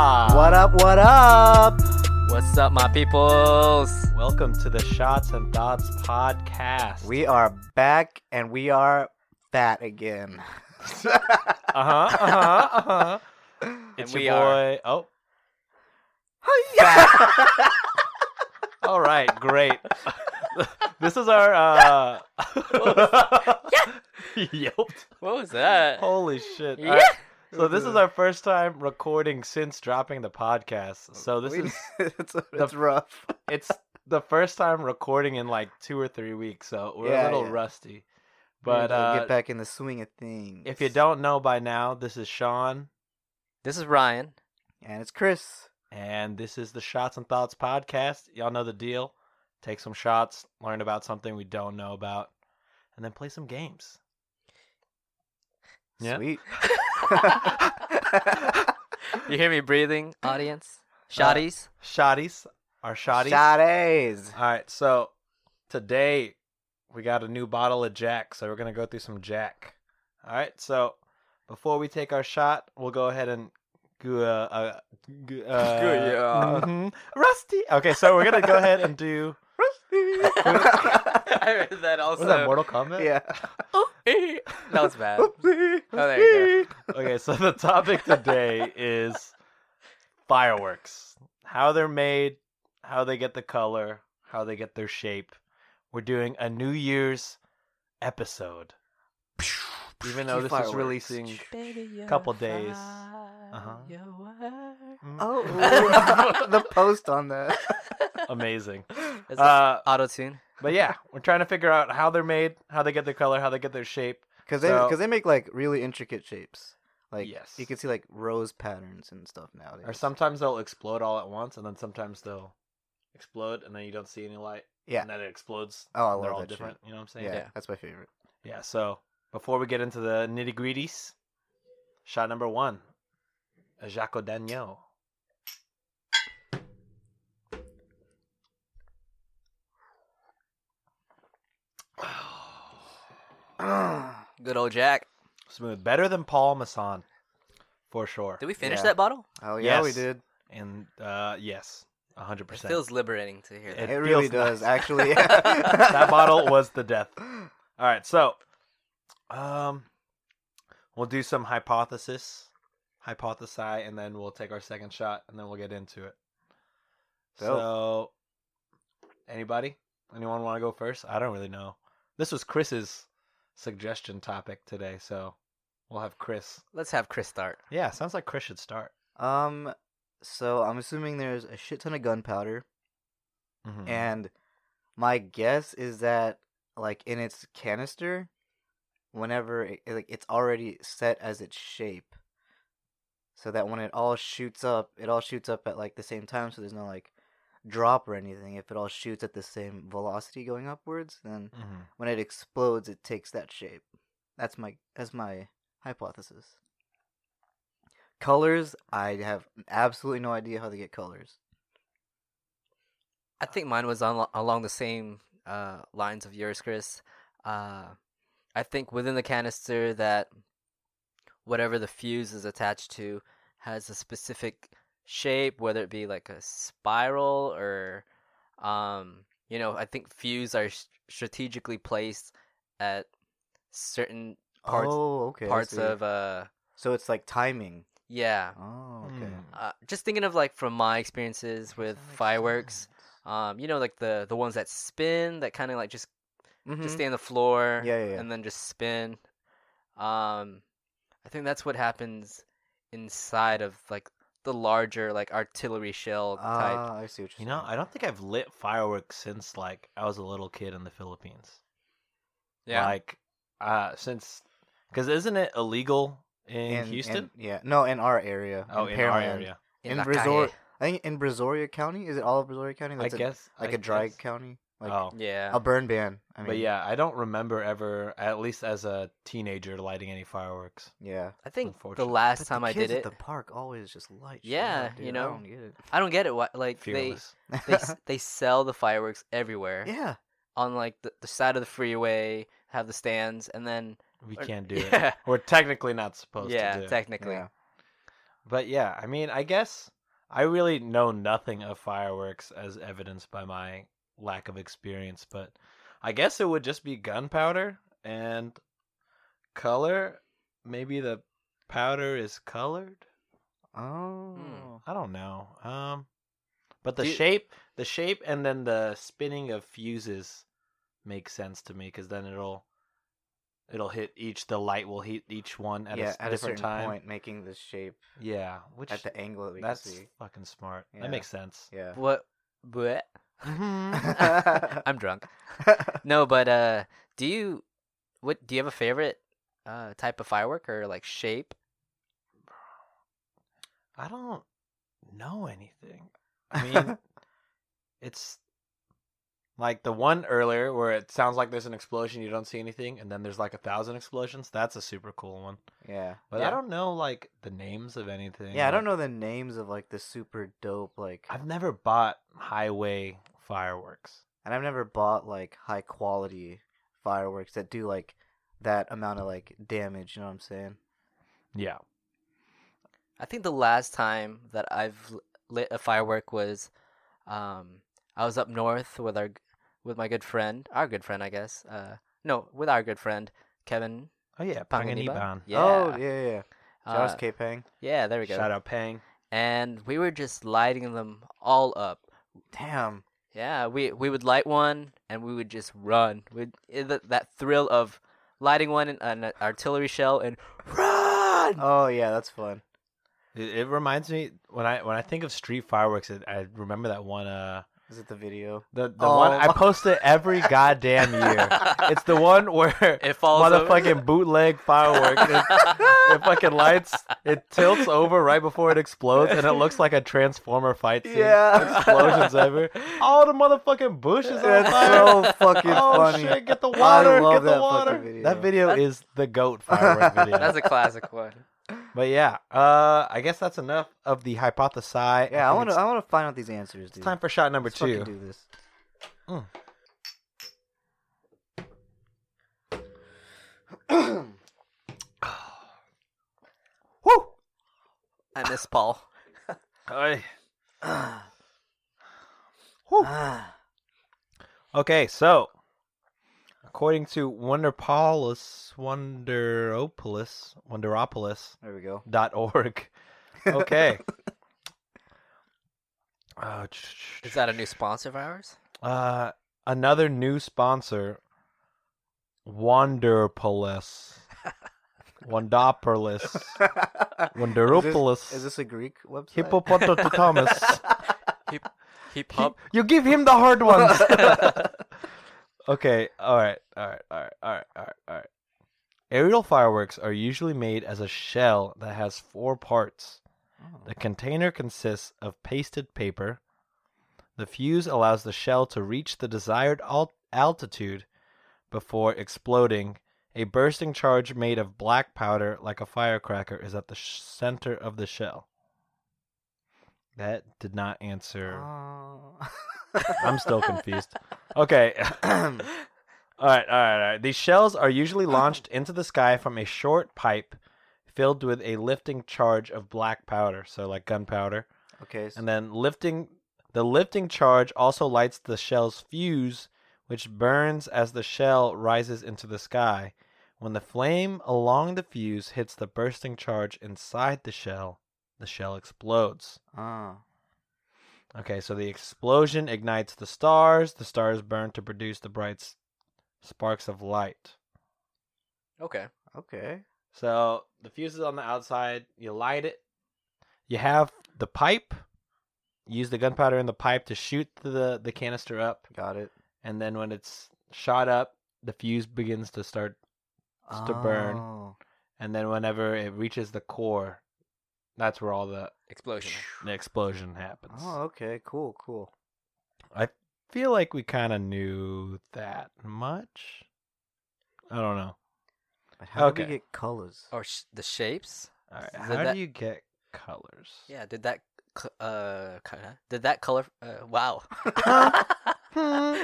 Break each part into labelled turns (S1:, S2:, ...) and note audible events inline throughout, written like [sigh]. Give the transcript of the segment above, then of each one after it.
S1: up? What up?
S2: What's up, my peoples?
S3: Welcome to the Shots and Thoughts podcast.
S1: We are back and we are fat [laughs] again.
S3: uh huh, uh huh,
S1: [laughs]
S3: uh huh. It's
S2: we
S3: your boy. Oh,
S1: Oh, Fat.
S3: all right,
S1: [laughs]
S3: great. this is our. uh
S1: [laughs]
S3: Yelped.
S2: What was that?
S3: Holy shit!
S2: Yeah.
S3: All right, So
S1: [laughs]
S3: this is our first time recording since dropping the podcast. So this
S1: We-
S3: is
S1: [laughs] it's, it's rough.
S3: it's the first time recording in like two or three weeks. So we're a
S1: Yeah,
S3: little
S1: yeah.
S3: rusty. But
S1: We're gonna
S3: uh,
S1: get back in the swing of things.
S3: if you don't know by now, this is Sean.
S2: This is Ryan.
S1: and it's Chris.
S3: And this is the Shots and Thoughts podcast. Y'all know the deal. Take some shots, learn about something we don't know about, and then play some games. Yeah. [laughs]
S1: Sweet. [laughs]
S2: You hear me breathing, Uh, audience? Shotties?
S3: Shotties are shotties. [laughs]
S1: Shotties.
S3: All right, so today we got a new bottle of Jack, so we're going to go through some Jack. All right, so before we take our shot, we'll go ahead and. go, Uh, uh, go- uh,
S1: Go, yeah.
S3: mhm. Rusty. Okay, so we're gonna go ahead and do.
S2: [laughs] I heard that Oh. also.
S3: Was
S2: [laughs]
S3: that Mortal Kombat?
S1: [laughs] yeah.
S2: that was bad.
S3: Oh,
S1: Oopsie.
S3: [laughs]
S1: [laughs]
S2: there you
S3: Okay, so the topic today is fireworks. How they're made, how they get the color, how they get their shape. We're doing a New Year's episode. Even though this
S1: Fireworks.
S3: is releasing
S2: Baby,
S3: Couple days. Uh-huh. Mm,
S1: [laughs] Oh, [laughs] the post on that.
S3: [laughs] amazing.
S2: [laughs] Is
S3: Uh,
S2: Auto tune.
S3: but yeah, we're trying to figure out how they're made, how they get their color, how they get their shape.
S1: Because they,
S3: So-
S1: cause they make like really intricate shapes. Like
S3: Yes.
S1: you can see like rose patterns and stuff nowadays.
S3: Or sometimes they'll explode all at once, and then sometimes they'll explode, and then you don't see any light.
S1: Yeah.
S3: And then it explodes.
S1: Oh, I
S3: and they're
S1: love
S3: all
S1: that shit.
S3: different. You know what I'm saying?
S1: Yeah,
S2: Yeah.
S1: that's
S3: [sighs]
S1: my favorite.
S3: Yeah, so before we get into the nitty gritties, shot number one, a Jaco Daniel.
S1: I
S2: Good old Jack.
S3: Smooth. Better than Paul Masson, for sure.
S2: Did we finish
S1: Yeah.
S2: that bottle?
S1: Oh yeah, we
S3: Yes.
S1: did.
S3: And uh, yes, 100%.
S2: It feels liberating to hear.
S3: It
S1: It, really
S3: feels
S1: does,
S3: nice. [laughs]
S1: actually.
S3: that bottle was the death. All right, so um, we'll do some hypothesis, hypothesize, and then we'll take our second shot, and then we'll get into it. So, anybody, anyone want to go first? I don't really know. This was Chris's suggestion topic today, so we'll have Chris.
S2: Let's have Chris start.
S3: Yeah, sounds like Chris should start.
S1: [laughs] Um, so I'm assuming there's a shit ton of gunpowder,
S3: Mm-hmm.
S1: and my guess is that like in its canister, whenever it, it- like it's already set as its shape, so that when it all shoots up, it all shoots up at like the same time, so there's no like drop or anything. If it all shoots at the same velocity going upwards, then
S3: Mm-hmm.
S1: when it explodes, it takes that shape. That's my that's my hypothesis. Colors, I have absolutely no idea how they get colors.
S2: I think mine was on, along the same uh, lines of yours, Chris. Uh, I think within the canister that whatever the fuse is attached to has a specific shape, whether it be like a spiral or, um, you know, I think fuse are s- strategically placed at certain parts
S1: oh, okay. I
S2: parts
S1: see.
S2: of uh,
S1: so it's like timing.
S2: yeah.
S1: Oh, okay.
S3: Hmm.
S2: Uh, just thinking of like from my experiences with fireworks, um, you know, like the the ones that spin that kind of like just
S1: Mhm.
S2: just stay on the floor
S1: Yeah, yeah, yeah.
S2: and then just spin um i think that's what happens inside of like the larger like artillery shell type
S1: Ah, I see what you're
S3: You know,
S1: saying.
S3: I don't think I've lit fireworks since like I was a little kid in the Philippines. Like, uh, since because isn't it illegal in, Houston?
S1: yeah, no, in our area.
S3: oh, in, our
S1: Pearland.
S3: area.
S1: in
S2: La
S1: Brazor-
S2: calle.
S1: I think in Brazoria County. Is it all of Brazoria County?
S3: I
S1: That's a-
S3: guess
S1: like
S3: I
S1: a dry
S3: guess.
S1: county, like
S3: oh,
S2: [laughs] yeah
S1: a burn ban. I mean,
S3: but yeah, I don't remember ever, at least as a teenager, lighting any fireworks.
S1: yeah.
S2: i think the
S3: unfortunate.
S1: But
S2: last
S1: the
S2: time i
S1: kids
S2: did it
S1: at the park always just light. shit
S2: Yeah,
S1: up,
S2: you
S1: dude.
S2: know?
S1: I don't get it.
S2: i don't get it why like
S3: Fearless.
S2: they
S1: [laughs]
S2: they s- they sell the fireworks everywhere
S1: yeah,
S2: on like the, the side of the freeway have the stands and then
S3: we
S2: or-
S3: can't do
S1: [laughs]
S3: it.
S2: yeah,
S3: We're technically not supposed
S2: yeah
S3: to do it.
S2: technically
S1: yeah.
S3: But yeah, I mean, I guess I really know nothing of fireworks as evidenced by my lack of experience, but I guess it would just be gunpowder and color. Maybe the powder is colored.
S2: Hmm.
S1: Oh.
S3: I don't know. Um, but the
S2: Do you-
S3: shape, the shape, and then the spinning of fuses makes sense to me because then it'll it'll hit each. The light will hit each one at
S1: yeah,
S3: a s-
S1: at a certain
S3: different time.
S1: point, making the shape
S3: Yeah, which
S1: at the angle that we
S3: that's [laughs]
S1: can see.
S3: fucking smart.
S1: Yeah.
S3: That makes sense.
S1: Yeah.
S2: What? What?
S1: Mm-hmm. [laughs]
S3: Mhm.
S2: I'm drunk. No, but uh, do you what? Do you have a favorite uh type of firework or like shape?
S3: I don't know anything. I
S1: [laughs]
S3: mean, it's like the one earlier where it sounds like there's an explosion, you don't see anything, and then there's like a thousand explosions. That's a super cool one.
S1: yeah. [laughs]
S3: But
S2: Yeah.
S3: I don't know like the names of anything.
S1: Yeah, I don't
S3: Like,
S1: know the names of like the super dope like
S3: I've never bought highway fireworks.
S1: and I've never bought like high quality fireworks that do like that amount of like damage, you know what I'm saying?
S3: Yeah.
S2: I think the last time that I've l- lit a firework was, um, I was up north with our, g- with my good friend, our good friend, I guess. Uh, no, with our good friend Kevin
S3: Oh yeah,
S2: Panganiban.
S3: Panganiban.
S2: Yeah.
S1: Oh, yeah, yeah. yeah. Shout
S2: Uh,
S1: out to K-Pang.
S2: yeah. There we go.
S3: Shout out Pang.
S2: And we were just lighting them all up.
S3: mm.
S1: Damn.
S2: Yeah, we we would light one and we would just run. With that thrill of lighting one and an artillery shell and run.
S1: Oh, yeah, that's fun.
S3: It, it reminds me when I when I think of street fireworks, it, I remember that one. Uh,
S1: Is it the video?
S3: the the one
S1: Oh.
S3: I post it
S1: [laughs]
S3: every goddamn year. It's the one where
S2: [laughs] it falls over.
S3: motherfucking bootleg firework.
S1: [laughs]
S3: It, it fucking lights. It tilts over right before it explodes, and it looks like a transformer fight scene. [laughs]
S1: Yeah.
S3: Explosions
S1: [laughs]
S3: ever. All the motherfucking bushes on
S1: That's
S3: fire.
S1: so fucking
S3: oh
S1: funny.
S3: shit! Get the
S1: I
S3: water.
S1: love
S3: Get the
S1: that
S3: water.
S1: fucking video.
S3: That video
S2: That's-
S3: is the goat firework
S1: [laughs]
S3: video.
S2: That's a classic [laughs] one.
S3: But yeah, uh, I guess that's enough of the hypothesis.
S1: Yeah, I want to.
S3: It's,
S1: I want to find out these answers, dude.
S3: it's time for shot number
S1: Let's fucking
S3: two. [sighs]
S1: do this. [sighs]
S3: Woo!
S2: I miss Paul.
S3: Aye.
S1: Ah.
S3: Whew.
S1: Ah.
S3: Okay, so according to Wonderpolis, Wonderopolis, Wonderopolis
S1: there we go. [laughs]
S3: dot org. Okay. uh,
S2: Is that a new sponsor of ours?
S3: uh, another new sponsor, Wanderpolis, Wandopolis, Wonderopolis,
S1: Is this a Greek website?
S3: Hippopotamus.
S2: Hip
S3: He-
S2: hop.
S3: [laughs] you give him the hard ones. [laughs] okay, all right, all right, all right, all right, all right, all right. Aerial fireworks are usually made as a shell that has four parts.
S1: Oh.
S3: The container consists of pasted paper. The fuse allows the shell to reach the desired alt- altitude before exploding. A bursting charge made of black powder, like a firecracker, is at the sh- center of the shell. That did not answer.
S1: Oh.
S3: I'm still confused. Okay. [clears throat]
S1: Ahem.
S3: All right, all right, all right. These shells are usually launched into the sky from a short pipe filled with a lifting charge of black powder, so like gunpowder.
S1: [laughs] okay. So,
S3: And then lifting the lifting charge also lights the shell's fuse, which burns as the shell rises into the sky. When the flame along the fuse hits the bursting charge inside the shell, the shell explodes.
S1: ah.
S3: Okay, so the explosion ignites the stars. The stars burn to produce the bright s- sparks of light.
S2: Okay.
S1: okay.
S3: So the fuse is on the outside. You light it. You have the pipe. Use the gunpowder in the pipe to shoot the, the canister up.
S1: Got it.
S3: And then when it's shot up, the fuse begins to start. It's to burn.
S1: Oh.
S3: And then whenever it reaches the core, that's where all the,
S2: Explosion.
S3: the explosion happens.
S1: Oh, okay. Cool. Cool.
S3: feel like we kind of knew that much. I don't know.
S1: But how do we
S3: Okay.
S1: get colors?
S2: Or sh- the shapes?
S3: All right.
S2: So
S3: How
S2: that-
S3: do you get colors? [laughs]
S2: Yeah. Did that? c- Uh. c- huh? Did that color? Uh, [laughs] wow.
S3: Hmm,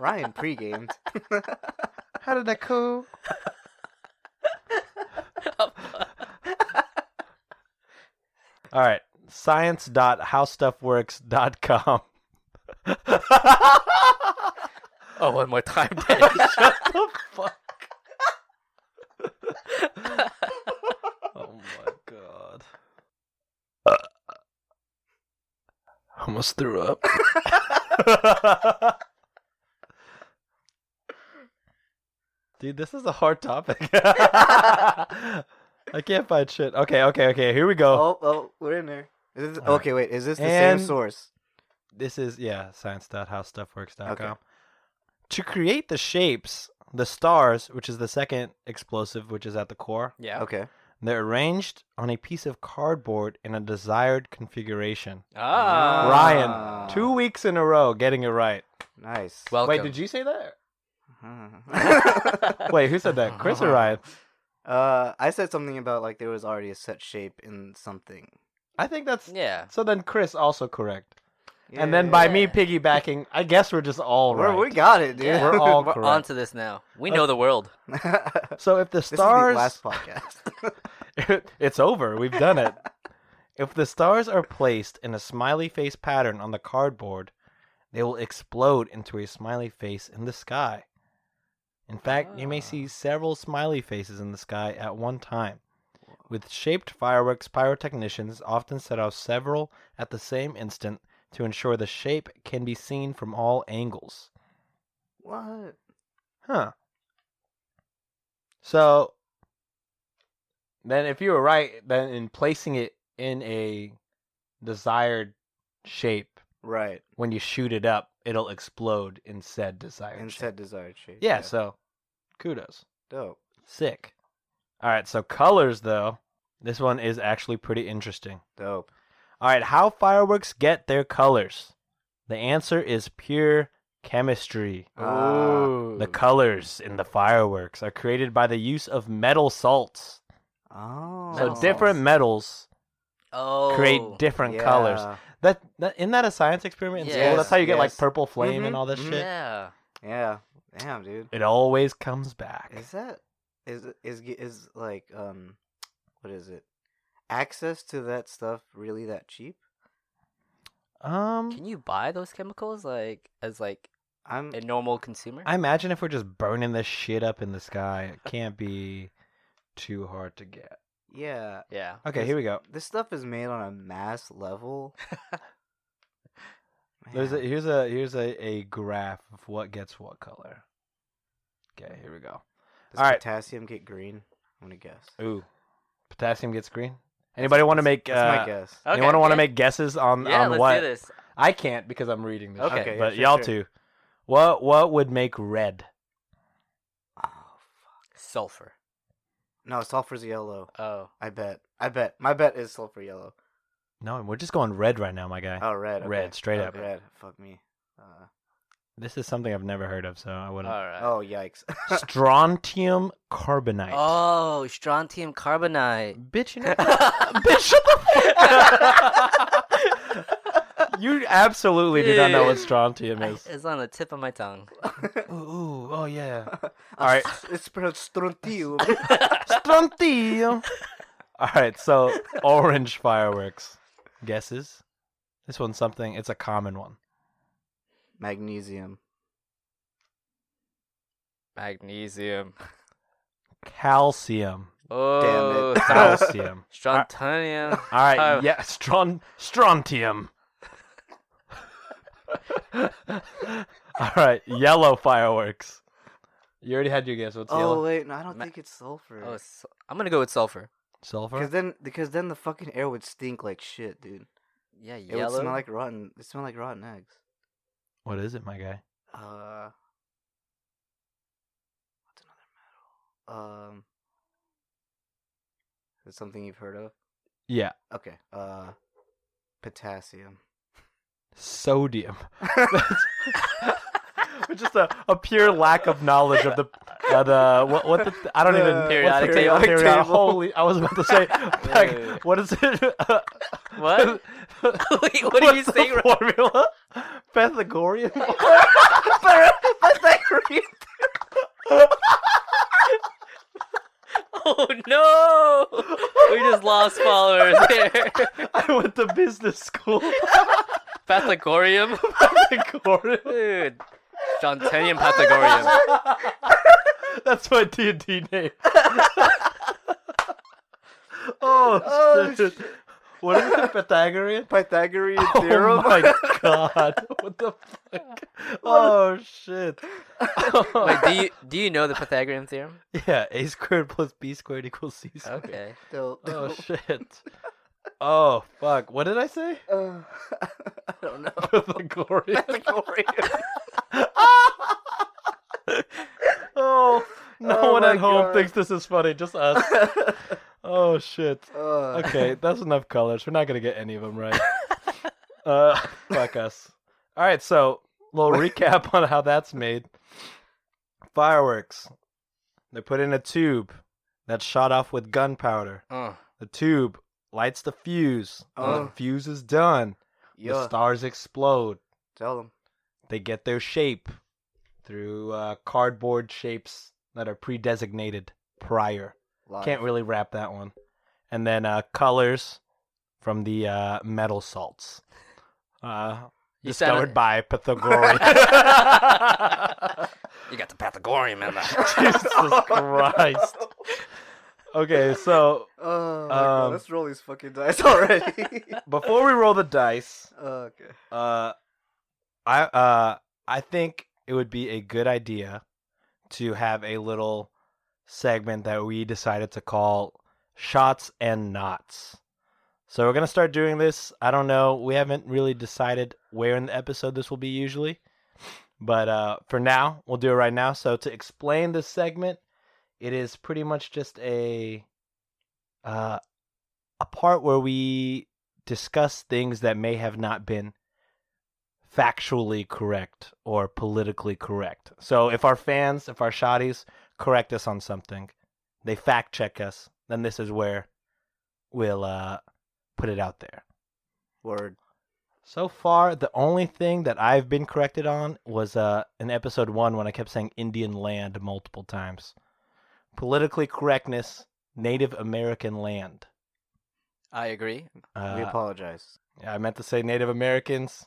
S1: Ryan pre-gamed.
S3: [laughs] how did that go? All right. science.howstuffworks.com. [laughs]
S2: Oh, one more [laughs] time. Dan.
S3: Shut the fuck. oh my god. [laughs] Almost threw [laughs] up. Dude, this is a hard [laughs] topic. I can't find shit. Okay, okay, okay. Here we go.
S1: Oh, oh, we're in there. Is this,
S3: All right.
S1: okay, wait. Is this the
S3: And-
S1: same source?
S3: This is yeah, science.howstuffworks.com.
S1: Okay.
S3: To create the shapes, the stars, which is the second explosive, which is at the core,
S2: yeah.
S1: Okay.
S3: They're arranged on a piece of cardboard in a desired configuration.
S2: Ah.
S1: Ah.
S3: Ryan, two weeks in a row getting it right.
S1: Nice. [laughs]
S3: [laughs]
S2: Welcome.
S3: Wait, did you say that?
S1: uh,
S3: Wait, who said that? Chris or Ryan?
S1: I said something about like there was already a set shape in something.
S3: I think that's
S2: Yeah.
S3: so. Then Chris also correct, and then by me
S2: Yeah.
S3: piggybacking, I guess we're just all
S1: We're-
S3: right.
S1: we got it, dude.
S2: Yeah. [laughs]
S3: We're all
S2: We're
S3: correct.
S2: on to this now. We know the world.
S1: [laughs] this
S3: So if the
S1: is the
S3: stars,
S1: last podcast. [laughs]
S3: [laughs] it's over. We've done it. if the stars are placed in a smiley face pattern on the cardboard, they will explode into a smiley face in the sky. In fact, you may
S2: Ah.
S3: see several smiley faces in the sky at one time. With shaped fireworks, pyrotechnicians often set off several at the same instant to ensure the shape can be seen from all angles.
S1: what?
S3: Huh. So then if you were right, then in placing it in a desired shape,
S1: Right.
S3: when you shoot it up, it'll explode in said desired
S1: And
S3: shape.
S1: said desired shape.
S3: Yeah, so kudos.
S1: dope.
S3: Sick. Alright, so colors though. This one is actually pretty interesting.
S1: Dope.
S3: Alright, how fireworks get their colors? The answer is pure chemistry.
S1: Ah.
S2: Ooh.
S3: The colors in the fireworks are created by the use of metal salts.
S1: Oh.
S3: So
S2: Metal
S3: different
S2: salts.
S3: metals
S2: oh.
S3: create different colors.
S1: Yeah.
S3: That, that isn't that a science experiment in school?
S2: Yes, Mm-hmm.
S3: That's how you get like
S1: yes.
S3: purple flame and
S1: Mhm,
S3: all this
S1: mhm.
S3: shit.
S2: Yeah.
S1: Yeah. Damn, dude.
S3: It always comes back.
S1: Is that is is is like um what is it? Access to that stuff really that cheap?
S3: Um,
S2: Can you buy those chemicals like as like
S1: I'm
S2: a normal consumer?
S3: I imagine if we're just burning this shit up in the sky, it can't be too hard to get.
S1: yeah.
S2: yeah.
S3: Okay,
S1: Is-
S3: here we go.
S1: This stuff is made on a mass level.
S3: [laughs] There's a,
S1: Man.
S3: here's a here's a, a graph of what gets what color. Okay, here we go.
S1: Does
S3: all right.
S1: potassium get green? I'm gonna guess.
S3: Ooh, potassium gets green. Anybody want to make?
S1: That's
S3: uh,
S1: my guess.
S2: Okay,
S3: Anyone want to
S2: yeah.
S3: make guesses on
S2: Yeah,
S3: on
S2: let's
S3: what?
S2: do this.
S3: I can't because I'm reading this.
S1: Okay,
S3: shit,
S1: yeah,
S3: oh, but
S1: sure,
S3: y'all
S1: sure.
S3: two, what what would make red?
S1: Oh, fuck.
S2: Sulfur.
S1: No, sulfur's yellow.
S2: Oh.
S1: I bet. I bet. My bet is sulfur yellow.
S3: No, and we're just going red right now, my guy.
S1: Oh, red. okay.
S3: Red, straight
S1: Oh,
S3: up.
S1: Red. Fuck me. Uh,
S3: This is something I've never heard of, so I
S2: All
S3: wouldn't.
S2: right.
S1: oh, yikes. [laughs]
S3: Strontium carbonite.
S2: Oh,
S3: [laughs]
S2: strontium carbonite.
S3: bitch,
S2: [laughs]
S3: you know, bitch, shut the fuck. up. [laughs] you absolutely do not know what
S2: Dude.
S3: strontium
S2: I- uh,
S3: is.
S2: it's on the tip of my tongue.
S3: Ooh, ooh, oh yeah.
S1: All
S3: right.
S1: [laughs] It's pronounced strontium.
S3: [laughs] Strontium. All right, so orange fireworks. Guesses? This one's something. It's a common one.
S1: Magnesium.
S3: [laughs]
S2: Magnesium.
S3: Calcium. [laughs]
S2: Oh,
S1: it.
S2: sal-
S3: Calcium. [laughs]
S2: strontium.
S3: All right.
S2: Oh.
S3: Yeah. Stron. Strontium. [laughs] All right. Yellow fireworks. You already had your guess. What's
S1: Oh
S3: yellow?
S1: wait, no, I don't
S2: Ma-
S1: think it's sulfur.
S2: Oh, su- I'm gonna go with sulfur.
S3: Sulfur.
S1: Because then, because then the fucking air would stink like shit, dude.
S2: Yeah,
S1: It
S2: yellow.
S1: would smell like rotten. It smelled like rotten eggs.
S3: What is it, my guy?
S1: Uh, what's another metal? Um, is it something you've heard of?
S3: Yeah.
S1: Okay. Uh,
S3: [laughs]
S1: potassium.
S3: Sodium. [laughs] Just a, a pure lack of knowledge of the uh, the what what the I don't even what's the
S2: Periodic
S3: ta-
S1: table.
S3: periodic- Holy! I was about to say
S2: Yeah.
S3: like, [laughs] what is it?
S2: What? [laughs]
S3: [laughs]
S2: Wait, what are you
S3: What's the
S2: saying?
S3: formula? Pythagorean. [laughs]
S2: [laughs] [laughs] Oh no! We just lost followers there.
S3: I went to business school.
S2: Pythagorean,
S3: Pythagorean.
S2: dude. Jontenian Pythagorean.
S3: That's my D and D name. [laughs] oh,
S1: Oh,
S3: shit.
S1: shit.
S3: What is the [laughs] Pythagorean?
S1: [laughs] Pythagorean
S3: Oh
S1: [laughs] theorem.
S3: my god! What the fuck? Oh shit! [laughs]
S2: Wait, do you do you know the Pythagorean theorem?
S3: Yeah, a squared plus b squared equals c squared.
S2: Okay.
S1: Dope,
S3: Oh [laughs]
S1: dope.
S3: shit! Oh fuck! What did I say?
S1: Uh, [laughs] I don't
S3: [laughs]
S1: know.
S3: Pythagorean.
S1: Pythagorean.
S3: [laughs]
S1: [laughs]
S3: oh, no
S1: Oh
S3: one
S1: my
S3: at home
S1: God.
S3: thinks this is funny. Just us. Oh shit.
S1: Uh, [laughs]
S3: Okay, that's enough colors. We're not gonna get any of them right. uh, fuck us. All right, so little recap on how that's made. Fireworks. They put in a tube that's shot off with gunpowder.
S1: Uh.
S2: Oh,
S3: The tube lights the fuse. When
S1: Oh.
S3: the fuse is done, the
S1: Yeah.
S3: stars explode.
S1: Tell them.
S3: They get their shape through uh, cardboard shapes that are pre-designated prior. Can't
S1: [laughs]
S3: really [laughs] wrap that one. And then uh, colors from the uh, metal salts. Uh,
S2: you
S3: discovered
S2: sounded-
S3: by Pythagorean. [laughs]
S2: You got the Pythagorean in there.
S3: Jesus Christ. Okay, so
S1: [laughs] Oh, my
S3: Um,
S1: God, let's roll these fucking
S3: [laughs]
S1: dice already. [laughs]
S3: before we roll the dice,
S1: okay.
S3: uh, I uh, I think it would be a good idea to have a little segment that we decided to call "Shots and Knots." So we're gonna start doing this. I don't know. We haven't really decided where in the episode this will be usually, but uh, for now, we'll do it right now. So to explain this segment, it is pretty much just a uh, a part where we discuss things that may have not been factually correct or politically correct. So if our fans, if our shotties correct us on something, they fact check us, then this is where we'll uh, put it out there.
S1: Word.
S3: So far, the only thing that I've been corrected on was uh, in episode one when I kept saying Indian land multiple times. Politically correctness, Native American land.
S2: [laughs] I agree.
S1: we
S3: Uh,
S1: apologize.
S3: I meant to say Native Americans,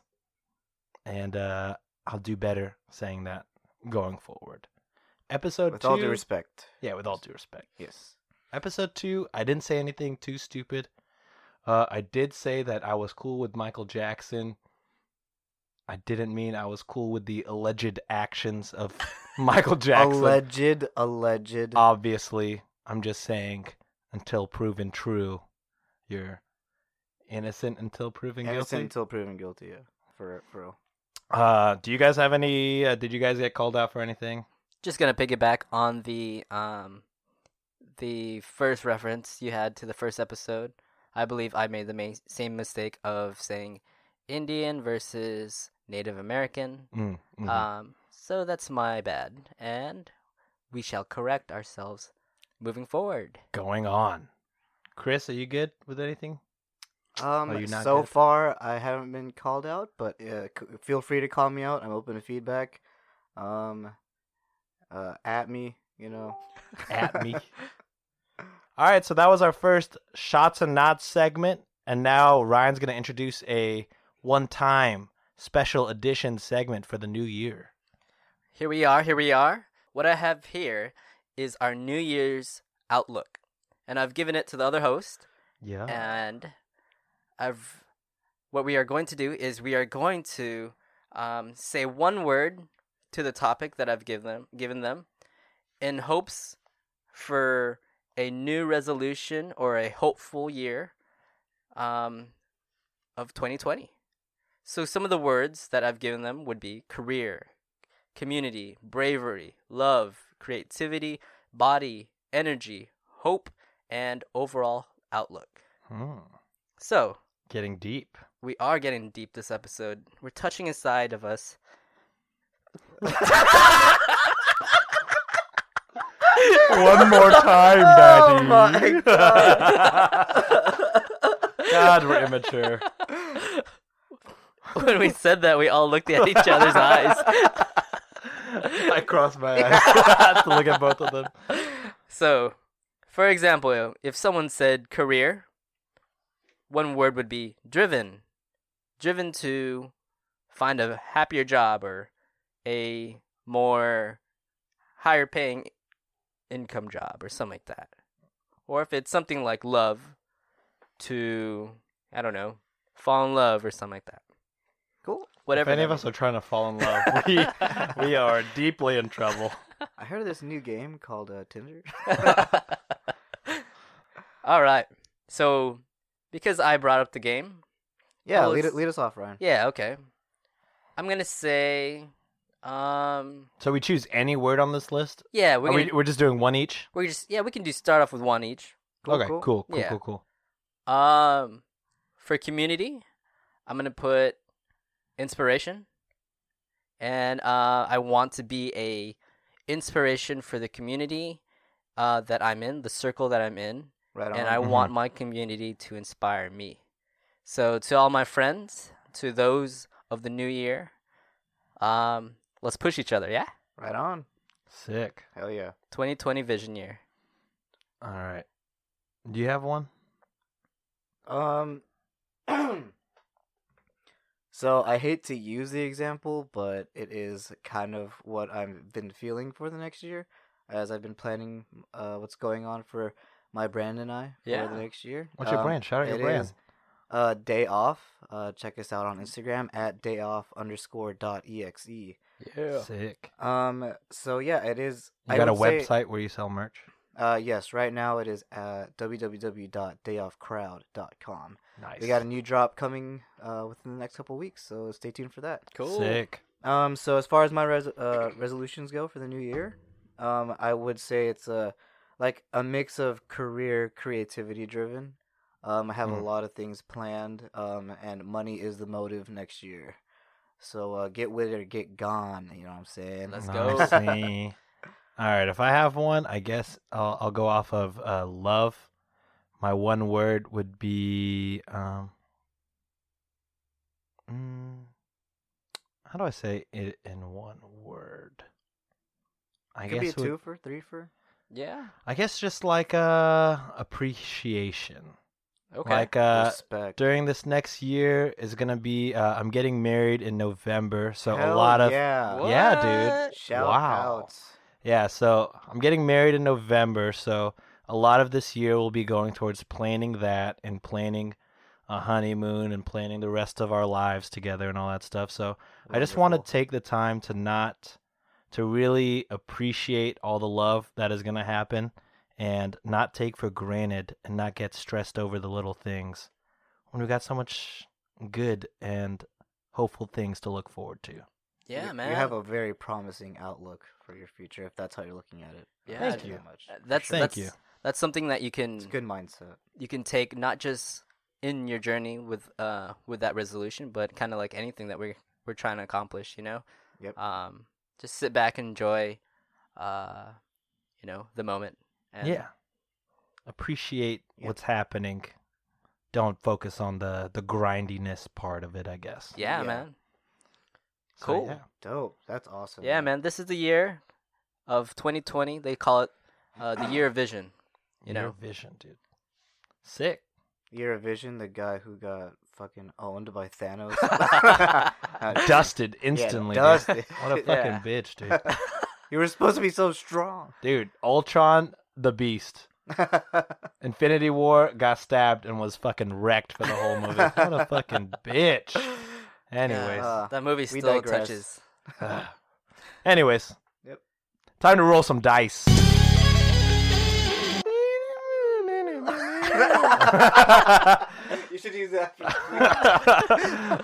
S3: and uh, I'll do better saying that going forward. Episode
S1: With
S3: two,
S1: all due respect.
S3: yeah, with all due respect.
S1: Yes.
S3: Episode two, I didn't say anything too stupid. Uh, I did say that I was cool with Michael Jackson. I didn't mean I was cool with the alleged actions of
S1: [laughs]
S3: Michael Jackson.
S1: Alleged, alleged.
S3: Obviously, I'm just saying until proven true, you're innocent until proven
S1: innocent
S3: guilty.
S1: until proven guilty. Yeah. For for real.
S3: Uh, do you guys have any? Uh, did you guys get called out for anything?
S2: Just gonna piggyback on the um, the first reference you had to the first episode. I believe I made the ma- same mistake of saying Indian versus Native American.
S3: Mm, mhm.
S2: Um, so that's my bad, and we shall correct ourselves moving forward.
S3: Going on. Chris, are you good with anything?
S1: Um,
S3: Oh, you not
S1: so
S3: good?
S1: far I haven't been called out, but uh, c- feel free to call me out. I'm open to feedback. Um, uh, at me, you know.
S3: At [laughs] me. All right, so that was our first shots and knots segment, and now Ryan's gonna introduce a one-time special edition segment for the new year.
S2: Here we are, here we are. What I have here is our New Year's outlook. And I've given it to the other host
S3: Yeah.
S2: and I've what we are going to do is we are going to um, say one word to the topic that I've given them given them in hopes for a new resolution or a hopeful year um, of 2020. So some of the words that I've given them would be career, community, bravery, love, creativity, body, energy, hope, and overall outlook.
S3: Hmm.
S2: So,
S3: Getting deep.
S2: we are getting deep this episode. We're touching inside of us.
S3: One more time,
S1: [laughs] Oh Daddy.
S3: [laughs]
S1: my
S3: God, we're immature.
S2: [laughs] when we said that, we all looked at each other's eyes.
S3: I crossed my
S2: [laughs]
S3: eyes [laughs] to look at both of them.
S2: So, for example, if someone said career, one word would be driven. Driven to find a happier job or a more higher paying income job or something like that. Or if it's something like love, to, I don't know, fall in love or something like that.
S1: [laughs] Cool.
S2: Whatever.
S3: if any
S2: that
S3: of us
S2: means.
S3: are trying to fall in love,
S2: [laughs]
S3: we, we are deeply in trouble.
S1: I heard of this new game called uh, Tinder. [laughs]
S2: [laughs]
S3: [laughs]
S2: All right. So, because I brought up the game,
S1: Yeah,
S2: Oh,
S1: lead,
S2: it's-
S1: lead us off, Ryan.
S2: yeah, okay. I'm gonna say, um,
S3: So we choose any word on this list.
S2: yeah, we're
S3: We're,
S2: gonna,
S3: we, are we are just doing one each.
S2: we're just yeah, we can do start off with one each.
S3: okay, cool, cool, cool,
S2: Yeah.
S3: cool,
S2: Um, for community, I'm gonna put inspiration, and uh, I want to be a inspiration for the community uh, that I'm in, the circle that I'm in.
S1: Right on.
S2: and I
S3: Mhm.
S2: want my community to inspire me. So to all my friends, to those of the new year, um, let's push each other. Yeah,
S1: Right on.
S3: Sick.
S1: Hell yeah.
S2: 2020 vision year.
S3: All right. Do you have one?
S1: Um. [clears throat] so I hate to use the example, but it is kind of what I've been feeling for the next year, as I've been planning uh, what's going on for my brand and I
S2: Yeah.
S1: for the next year.
S3: What's your
S1: Um,
S3: brand? Shout out your
S1: it
S3: brand.
S1: is, uh, day off. Uh, check us out on Instagram at day off underscore dot E exe.
S3: Sick.
S1: Um. So yeah, it is.
S3: You
S1: I
S3: got a
S1: would say-
S3: website where you sell merch?
S1: Uh, yes, right now it is at www.dayoffcrowd.com.
S3: Nice.
S1: We got a new drop coming uh, within the next couple weeks, so stay tuned for that.
S2: Cool.
S3: Sick.
S1: Um, so as far as my res- uh, resolutions go for the new year, um, I would say it's a like a mix of career creativity driven. Um, I have a
S3: Mm.
S1: lot of things planned, um, and money is the motive next year. So uh, get with it or get gone. You know what I'm saying?
S2: Let's go. [laughs]
S3: Nicely.
S1: [laughs]
S3: All right, if I have one, I guess I'll, I'll go off of uh, love. My one word would be. Um, mm, how do I say it in one word? I
S1: Could be a
S3: would-
S1: two for three for.
S2: Yeah.
S3: I guess just like uh, appreciation.
S2: Okay.
S3: Like uh,
S1: Respect.
S3: during this next year is gonna be. Uh, I'm getting married in November, so a
S1: Hell
S3: lot of
S1: yeah.
S3: uh, yeah, dude.
S2: What?
S1: Shout
S3: Wow.
S1: out.
S3: Yeah, so I'm getting married in November, so a lot of this year will be going towards planning that and planning a honeymoon and planning the rest of our lives together and all that stuff. So I just want to take the time to not to really appreciate all the love that is going to happen and not take for granted and not get stressed over the little things when we got so much good and hopeful things to look forward to.
S2: yeah,
S1: you,
S2: man.
S1: You have a very promising outlook for your future if that's how you're looking at it.
S2: Yeah,
S1: Thank
S3: dude.
S1: you. so much.
S2: Uh, that's
S3: Thank
S2: that's,
S3: you.
S2: That's something that you can
S1: It's a good mindset.
S2: you can take not just in your journey with uh with that resolution, but kind of like anything that we're we're trying to accomplish. You know.
S1: Yep.
S3: Uh,
S2: Um, just sit back and enjoy, uh, you know, the moment. And
S3: yeah. Appreciate
S1: Yeah.
S3: what's happening. Don't focus on the the grindiness part of it, I guess.
S2: Yeah,
S1: Yeah.
S2: man.
S3: So,
S2: Cool.
S3: yeah.
S1: Dope. That's awesome.
S2: Yeah, man. This is the year of 2020. They call it uh, the year of vision. You
S3: Your
S2: know.
S3: vision, dude.
S2: [laughs]
S3: Sick.
S1: You're a vision, the guy who got fucking owned by
S2: [laughs]
S1: Thanos. [laughs]
S3: Dusted
S1: Yeah,
S3: instantly. dude.
S1: dusted.
S3: [laughs] What
S1: [laughs]
S3: a fucking
S2: Yeah.
S3: bitch, dude.
S2: [laughs]
S1: you were supposed to be so strong.
S3: Dude, Ultron the
S2: [laughs]
S3: Beast. Infinity War got stabbed and was fucking wrecked for the whole
S2: [laughs]
S3: movie. What a fucking bitch. Anyways.
S1: Uh,
S2: that movie
S1: we
S2: still
S1: digress.
S2: touches.
S3: Ugh. Anyways.
S1: Yep.
S3: Time to roll some
S1: [laughs]
S3: dice.
S1: you should use that.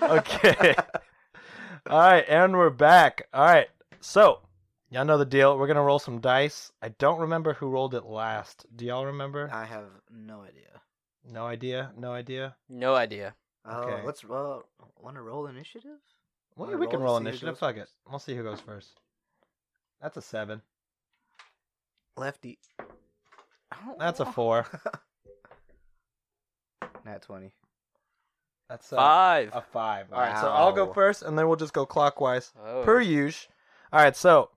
S1: [laughs]
S3: [laughs] okay. All right, and we're back. All right. So, y'all know the deal. We're going to roll some dice. I don't remember who rolled it last. Do y'all remember?
S1: I have no idea.
S3: No idea. No idea.
S2: No idea.
S1: Oh,
S3: Okay.
S1: let's uh, want to roll initiative.
S3: Well,
S1: Wanna
S3: we can
S1: roll to
S3: roll
S1: see who
S3: initiative.
S1: goes
S3: Fuck it. We'll see who goes first. That's a seven.
S1: Lefty. I don't [laughs]
S3: That's a
S1: know.
S3: four.
S1: Nat twenty. [laughs]
S3: That's a
S2: Five.
S3: A
S1: uh,
S3: five. All right. So I'll go
S1: Wow.
S3: first, and then we'll just go clockwise.
S2: Oh.
S3: per usual. All right, so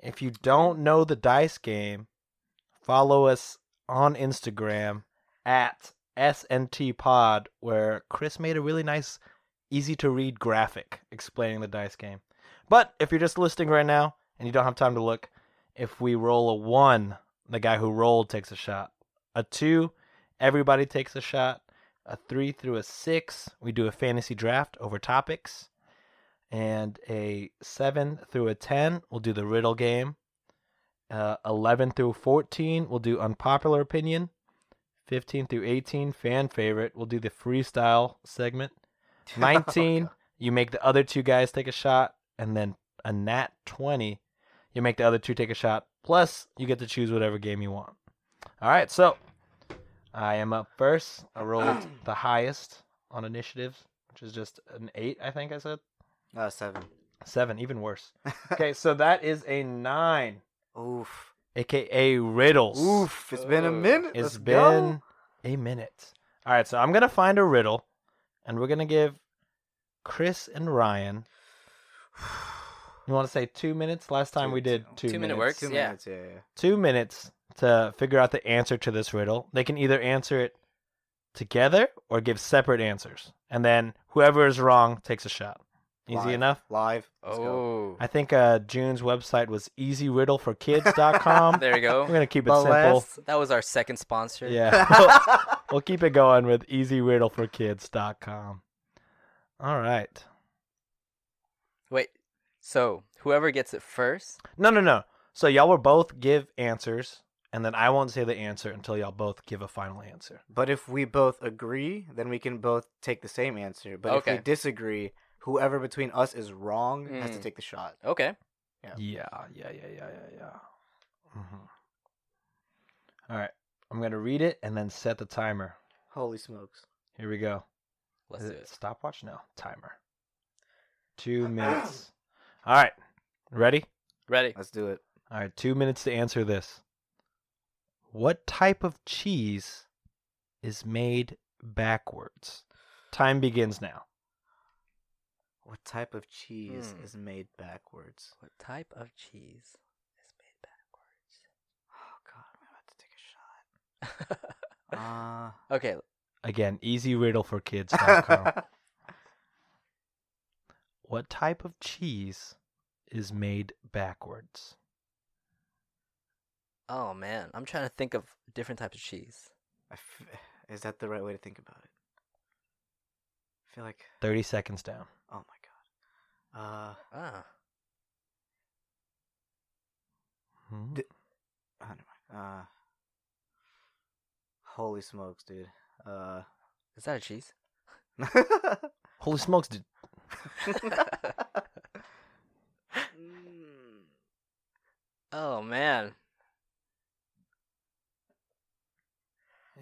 S3: if you don't know the dice game, follow us on Instagram at SNT pod where Chris made a really nice, easy to read graphic explaining the dice game. But if you're just listening right now and you don't have time to look, if we roll a one, the guy who rolled takes a shot. A two, everybody takes a shot. A three through a six, we do a fantasy draft over topics. And a seven through a 10, we'll do the riddle game. Uh, 11 through 14, we'll do unpopular opinion. 15 through 18, fan favorite. We'll do the freestyle segment.
S1: Oh,
S3: 19, you make the other two guys take a shot. And then a nat 20, you make the other two take a shot. Plus, you get to choose whatever game you want. All right, so I am up first. I rolled the highest on initiatives, which is just an eight, I think I said.
S1: Uh, seven.
S3: Seven, even
S1: [laughs]
S3: worse. Okay, so that is a nine,
S1: Oof.
S3: aka riddles.
S1: Oof. It's been a
S2: Uh,
S1: minute.
S3: It's
S1: Let's
S3: been
S1: go.
S3: a minute. All right, so I'm gonna find a riddle, and we're gonna give Chris and Ryan. You want to say two minutes? Last time
S1: Two-
S3: we did two.
S1: two-
S2: two minute
S3: minutes.
S1: [sighs]
S2: works,
S1: Two
S2: yeah.
S1: minutes. Yeah. yeah.
S3: Two minutes to figure out the answer to this riddle. They can either answer it together or give separate answers, and then whoever is wrong takes a shot. Easy
S1: Live.
S3: enough.
S1: Live. Let's go.
S2: Oh,
S3: I think uh, June's website was easyriddleforkids.com.
S2: [laughs]
S1: [laughs]
S2: there you
S3: We're
S2: go.
S3: gonna keep it
S1: The
S3: simple.
S1: last-
S2: That was our second
S3: [laughs]
S1: [laughs]
S2: sponsor.
S3: Yeah. we'll keep it going with easyriddleforkids.com. All right.
S2: Wait. So whoever gets it first.
S3: No, no, no. So y'all will both give answers, and then I won't say the answer until y'all both give a final answer.
S1: But if we both agree, then we can both take the same answer. But if
S2: Okay.
S1: we disagree, whoever between us is wrong has to
S2: Mm.
S1: take the shot.
S2: Okay.
S3: Yeah, yeah, yeah, yeah, yeah, yeah. Mhm. All right. I'm going to read it and then set the timer.
S1: Holy smokes.
S3: Here we go.
S2: Let's
S3: Is
S2: do
S3: it
S2: it.
S3: stopwatch? No, timer. Two minutes. All right. Ready?
S2: Ready.
S1: Let's do it.
S3: All right, two minutes to answer this. What type of cheese is made backwards? Time begins now.
S1: What type of cheese
S2: Hmm.
S1: is made backwards?
S2: What type of cheese is made backwards?
S1: Oh god, I'm about to take a shot.
S3: [laughs]
S1: Uh,
S2: okay.
S3: Again, [laughs] easyriddleforkids.com. what type of cheese is made backwards?
S2: Oh man, I'm trying to think of different types of cheese.
S1: I f- is that the right way to think about it? I feel like
S3: 30 seconds down.
S1: oh my god. Uh
S2: Ah.
S3: Hmm?
S1: D- Oh, never mind. Uh, holy smokes, dude. Uh,
S2: [laughs] Is that a cheese?
S3: Holy smokes, dude.
S1: Mm,
S2: Oh man.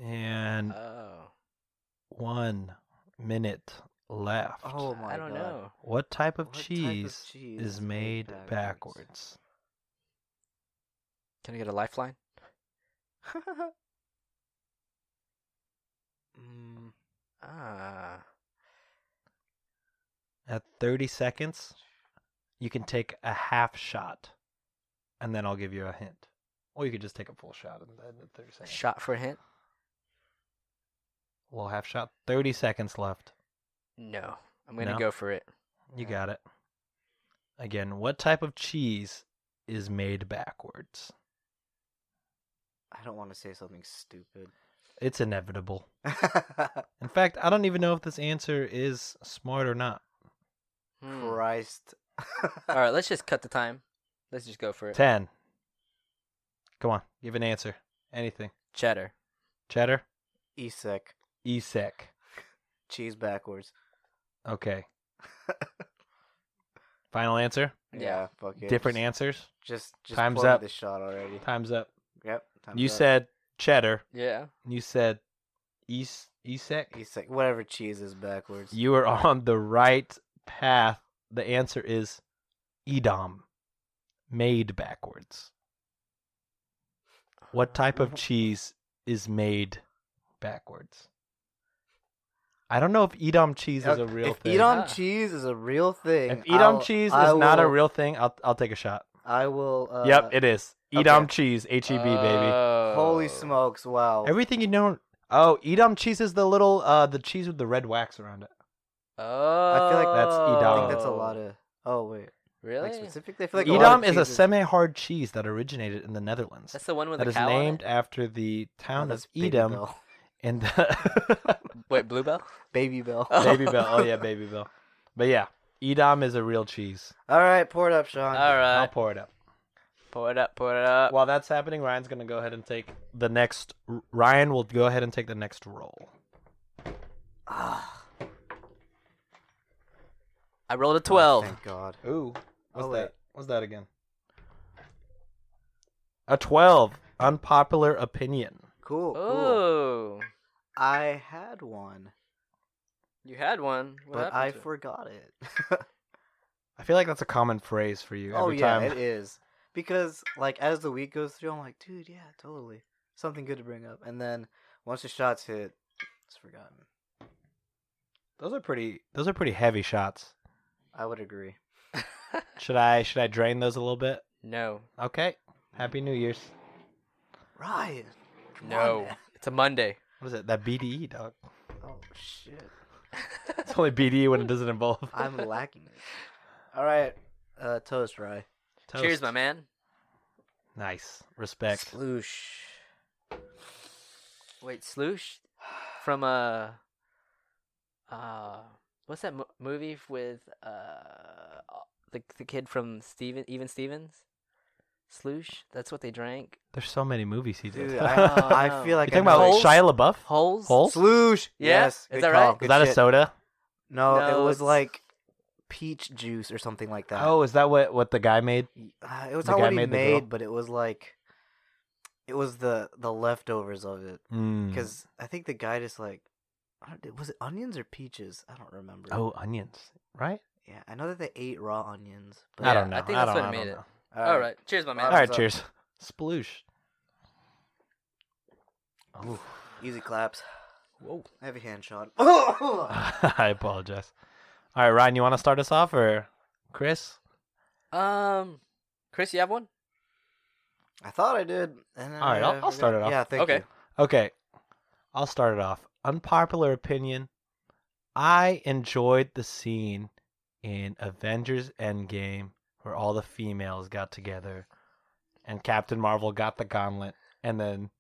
S1: Mm.
S3: And
S2: Oh.
S3: one minute left.
S1: oh my
S2: I don't
S1: god.
S2: know.
S3: What type of,
S1: What type of
S3: cheese,
S1: cheese
S3: is made backwards?
S2: Can I get a lifeline?
S1: Mm,
S2: Ah.
S3: at 30 seconds, you can take a half shot, and then I'll give you a hint. Or you could just take a full shot and then at 30
S2: A
S3: seconds.
S2: shot for a hint?
S3: Well, half shot, 30 seconds left.
S2: No. I'm gonna
S3: No?
S2: go for it.
S3: You got it. Again, what type of cheese is made backwards?
S1: I don't want to say something stupid. [laughs]
S3: It's inevitable.
S2: Hmm.
S3: In fact, I don't even know if this answer is smart or not.
S2: Hmm.
S1: Christ.
S2: All right, let's just cut the time. Let's just go for it.
S3: 10. Come on, give an answer. Anything.
S2: Cheddar.
S3: Cheddar? E
S1: Esek.
S3: Esek.
S1: Cheese backwards.
S3: Okay. Final answer?
S2: Yeah.
S1: fuck it.
S3: Different
S1: just,
S3: answers?
S1: Just, just
S3: Times
S1: pour me
S3: up.
S1: The shot already.
S3: Time's up.
S1: Yep. time's
S3: you
S1: up.
S3: said cheddar.
S2: Yeah.
S3: You said East Esek.
S1: Esek. Whatever cheese is backwards.
S3: You are on the right path. The answer is Edam, made backwards. What type
S1: Oh.
S3: of cheese is made backwards? I don't know if Edam cheese is
S1: Okay,
S3: a real
S1: if
S3: thing.
S1: Edam
S2: Ah.
S1: cheese is a real thing.
S3: if Edam
S1: I'll-
S3: cheese is
S1: I
S3: not a
S1: will-
S3: real thing, I'll I'll take a shot.
S1: I will. Uh,
S3: yep, it is. Edam
S1: okay. Uh,
S3: cheese, H E B baby.
S2: Oh.
S1: Holy smokes! Wow.
S3: Everything you know, Oh, Edam cheese is the little uh the cheese with the red wax around it.
S2: Oh,
S1: feel like
S3: that's
S1: I
S3: Edam.
S1: think that's a lot of. Oh wait,
S2: really.
S1: like specifically, I feel like a lot
S3: Edam
S1: of
S3: is a
S1: cheeses-
S3: semi-hard cheese that originated in the Netherlands.
S2: that's the one with
S3: That
S2: the
S3: is
S2: cow on it?
S3: named after the
S1: Oh,
S3: town of
S1: that's Baby
S3: Edam
S1: Bell. [laughs]
S3: in the [laughs]
S2: Wait, Bluebell?
S1: Baby
S2: [laughs]
S1: Bell.
S2: Oh.
S3: Baby Bell. Oh yeah, Baby Bell. But yeah, Edam is a real cheese.
S1: All right, pour it up, Sean.
S2: All
S3: I'll
S2: right,
S3: pour it up.
S2: pour it up, pour it up.
S3: While that's happening, Ryan's gonna go ahead and take the next. Ryan will go ahead and take the next roll.
S1: Ah,
S2: I rolled a
S1: oh,
S2: twelve.
S1: thank God.
S3: Ooh, what's
S1: Oh, wait.
S3: that? What's that again? A twelve. Unpopular opinion.
S1: Cool. cool.
S2: Ooh,
S1: I had one,
S2: you had one. What
S1: but
S2: happened
S1: I
S2: to it?
S1: forgot it. [laughs]
S3: I feel like that's a common phrase for you every
S1: oh yeah,
S3: time.
S1: it is because like as the week goes through, I'm like, dude, yeah, totally something good to bring up, and then once the shots hit, it's forgotten.
S3: Those are pretty. Those are pretty heavy shots.
S1: I would agree.
S3: Should I should I drain those a little bit?
S2: no,
S3: Okay. Happy New Year's.
S1: Ryan. come on,
S2: no,
S1: man.
S2: it's a Monday.
S3: What is it? That BDE dog.
S1: Oh shit,
S3: It's only BDE when it doesn't involve.
S1: I'm lacking it. All right, uh, toast, Rye.
S3: [laughs]
S2: Cheers,
S3: Toast.
S2: my man.
S3: Nice respect.
S1: Sploosh.
S2: Wait, Sloosh from uh uh what's that mo- movie with uh the the kid from Steven even Stevens? Sloosh, that's what they drank.
S3: There's so many movies he did. [laughs]
S1: Dude,
S2: Oh,
S1: I, I
S2: [laughs] no.
S1: feel like
S3: you talking
S1: I
S3: about
S1: know
S2: Holes?
S3: Shia LaBeouf?
S2: Holes?
S3: Holes?
S1: Sploosh.
S2: Yeah?
S1: Yes,
S2: Is
S1: good
S2: that
S1: call,
S2: right?
S1: good
S3: Is that a
S1: shit.
S3: soda?
S1: No,
S2: No,
S1: it was
S2: it's-
S1: like peach juice or something like that.
S3: Oh, is that what what the guy made?
S1: Uh, it was
S3: The
S1: not
S3: guy
S1: what he
S3: made the grill?
S1: made, but it was like it was the the leftovers of it
S3: Mm.
S1: because I think the guy just like I don't, was it onions or peaches? I don't remember.
S3: Oh, onions, right?
S1: yeah, I know that they ate raw onions.
S3: I
S1: But
S2: Yeah,
S3: don't know.
S2: I think
S3: I
S2: that's
S3: don't,
S2: what
S3: I
S2: made
S3: don't
S2: it.
S3: know.
S2: All right. Cheers, my man.
S3: All
S1: All
S3: right,
S1: right,
S3: cheers. Sploosh. Ooh.
S1: easy claps.
S3: Whoa. Uh.
S1: Heavy hand shot. [laughs] oh,
S3: [laughs] I apologize. All right, Ryan, you want to start us off or Chris?
S2: Um Chris, you have one?
S1: I thought I did. And then
S3: All right,
S1: I
S3: I'll- I'll start
S1: forgot.
S3: it off.
S1: Yeah, thank
S2: Okay.
S1: you.
S3: Okay, I'll start it off. Unpopular opinion. I enjoyed the scene in Avengers Endgame where all the females got together and Captain Marvel got the gauntlet and then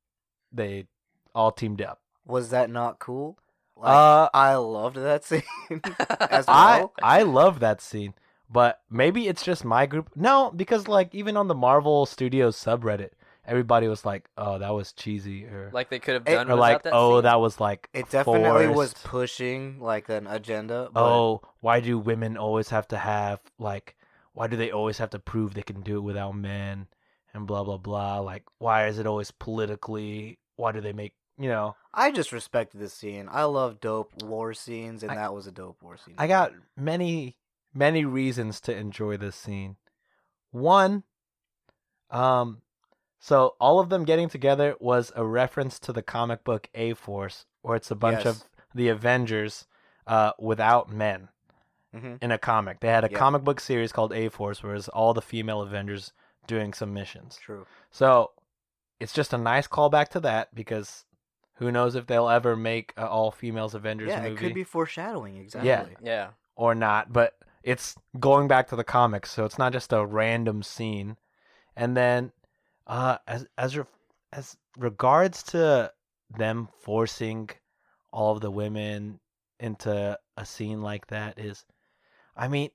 S3: they all teamed up.
S1: Was that not cool? Like,
S3: Uh,
S1: I loved that [laughs] scene. [laughs] As
S2: Oh,
S3: I
S1: well.
S3: I love that scene, but maybe it's just my group. No, because like even on the Marvel Studios subreddit, everybody was like, "Oh, that was cheesy," or
S2: Like they could have
S1: It-
S2: done
S3: or
S2: without
S3: like,
S2: that
S3: "Oh,
S2: scene?
S3: that was like
S1: It definitely was
S3: forced."
S1: pushing like an agenda. But
S3: oh, why do women always have to have like why do they always have to prove they can do it without men and blah blah blah like why is it always politically why do they make you know
S1: I just respected the scene. I love dope war scenes, and
S3: I-
S1: that was a dope war scene.
S3: I got many many reasons to enjoy this scene. One um so all of them getting together was a reference to the comic book A Force where it's a bunch
S1: Yes.
S3: of the Avengers uh without men
S1: hmm
S3: in a comic. They had a
S1: Yep.
S3: comic book series called A Force, where it's all the female Avengers doing some missions.
S1: True.
S3: So it's just a nice callback to that because who knows if they'll ever make a all females Avengers
S1: yeah,
S3: movie
S1: it could be foreshadowing. Exactly.
S2: [laughs] Yeah.
S3: or not, but it's going back to the comics, so it's not just a random scene. And then, uh, as as re- as regards to them forcing all of the women into a scene like that is, I mean,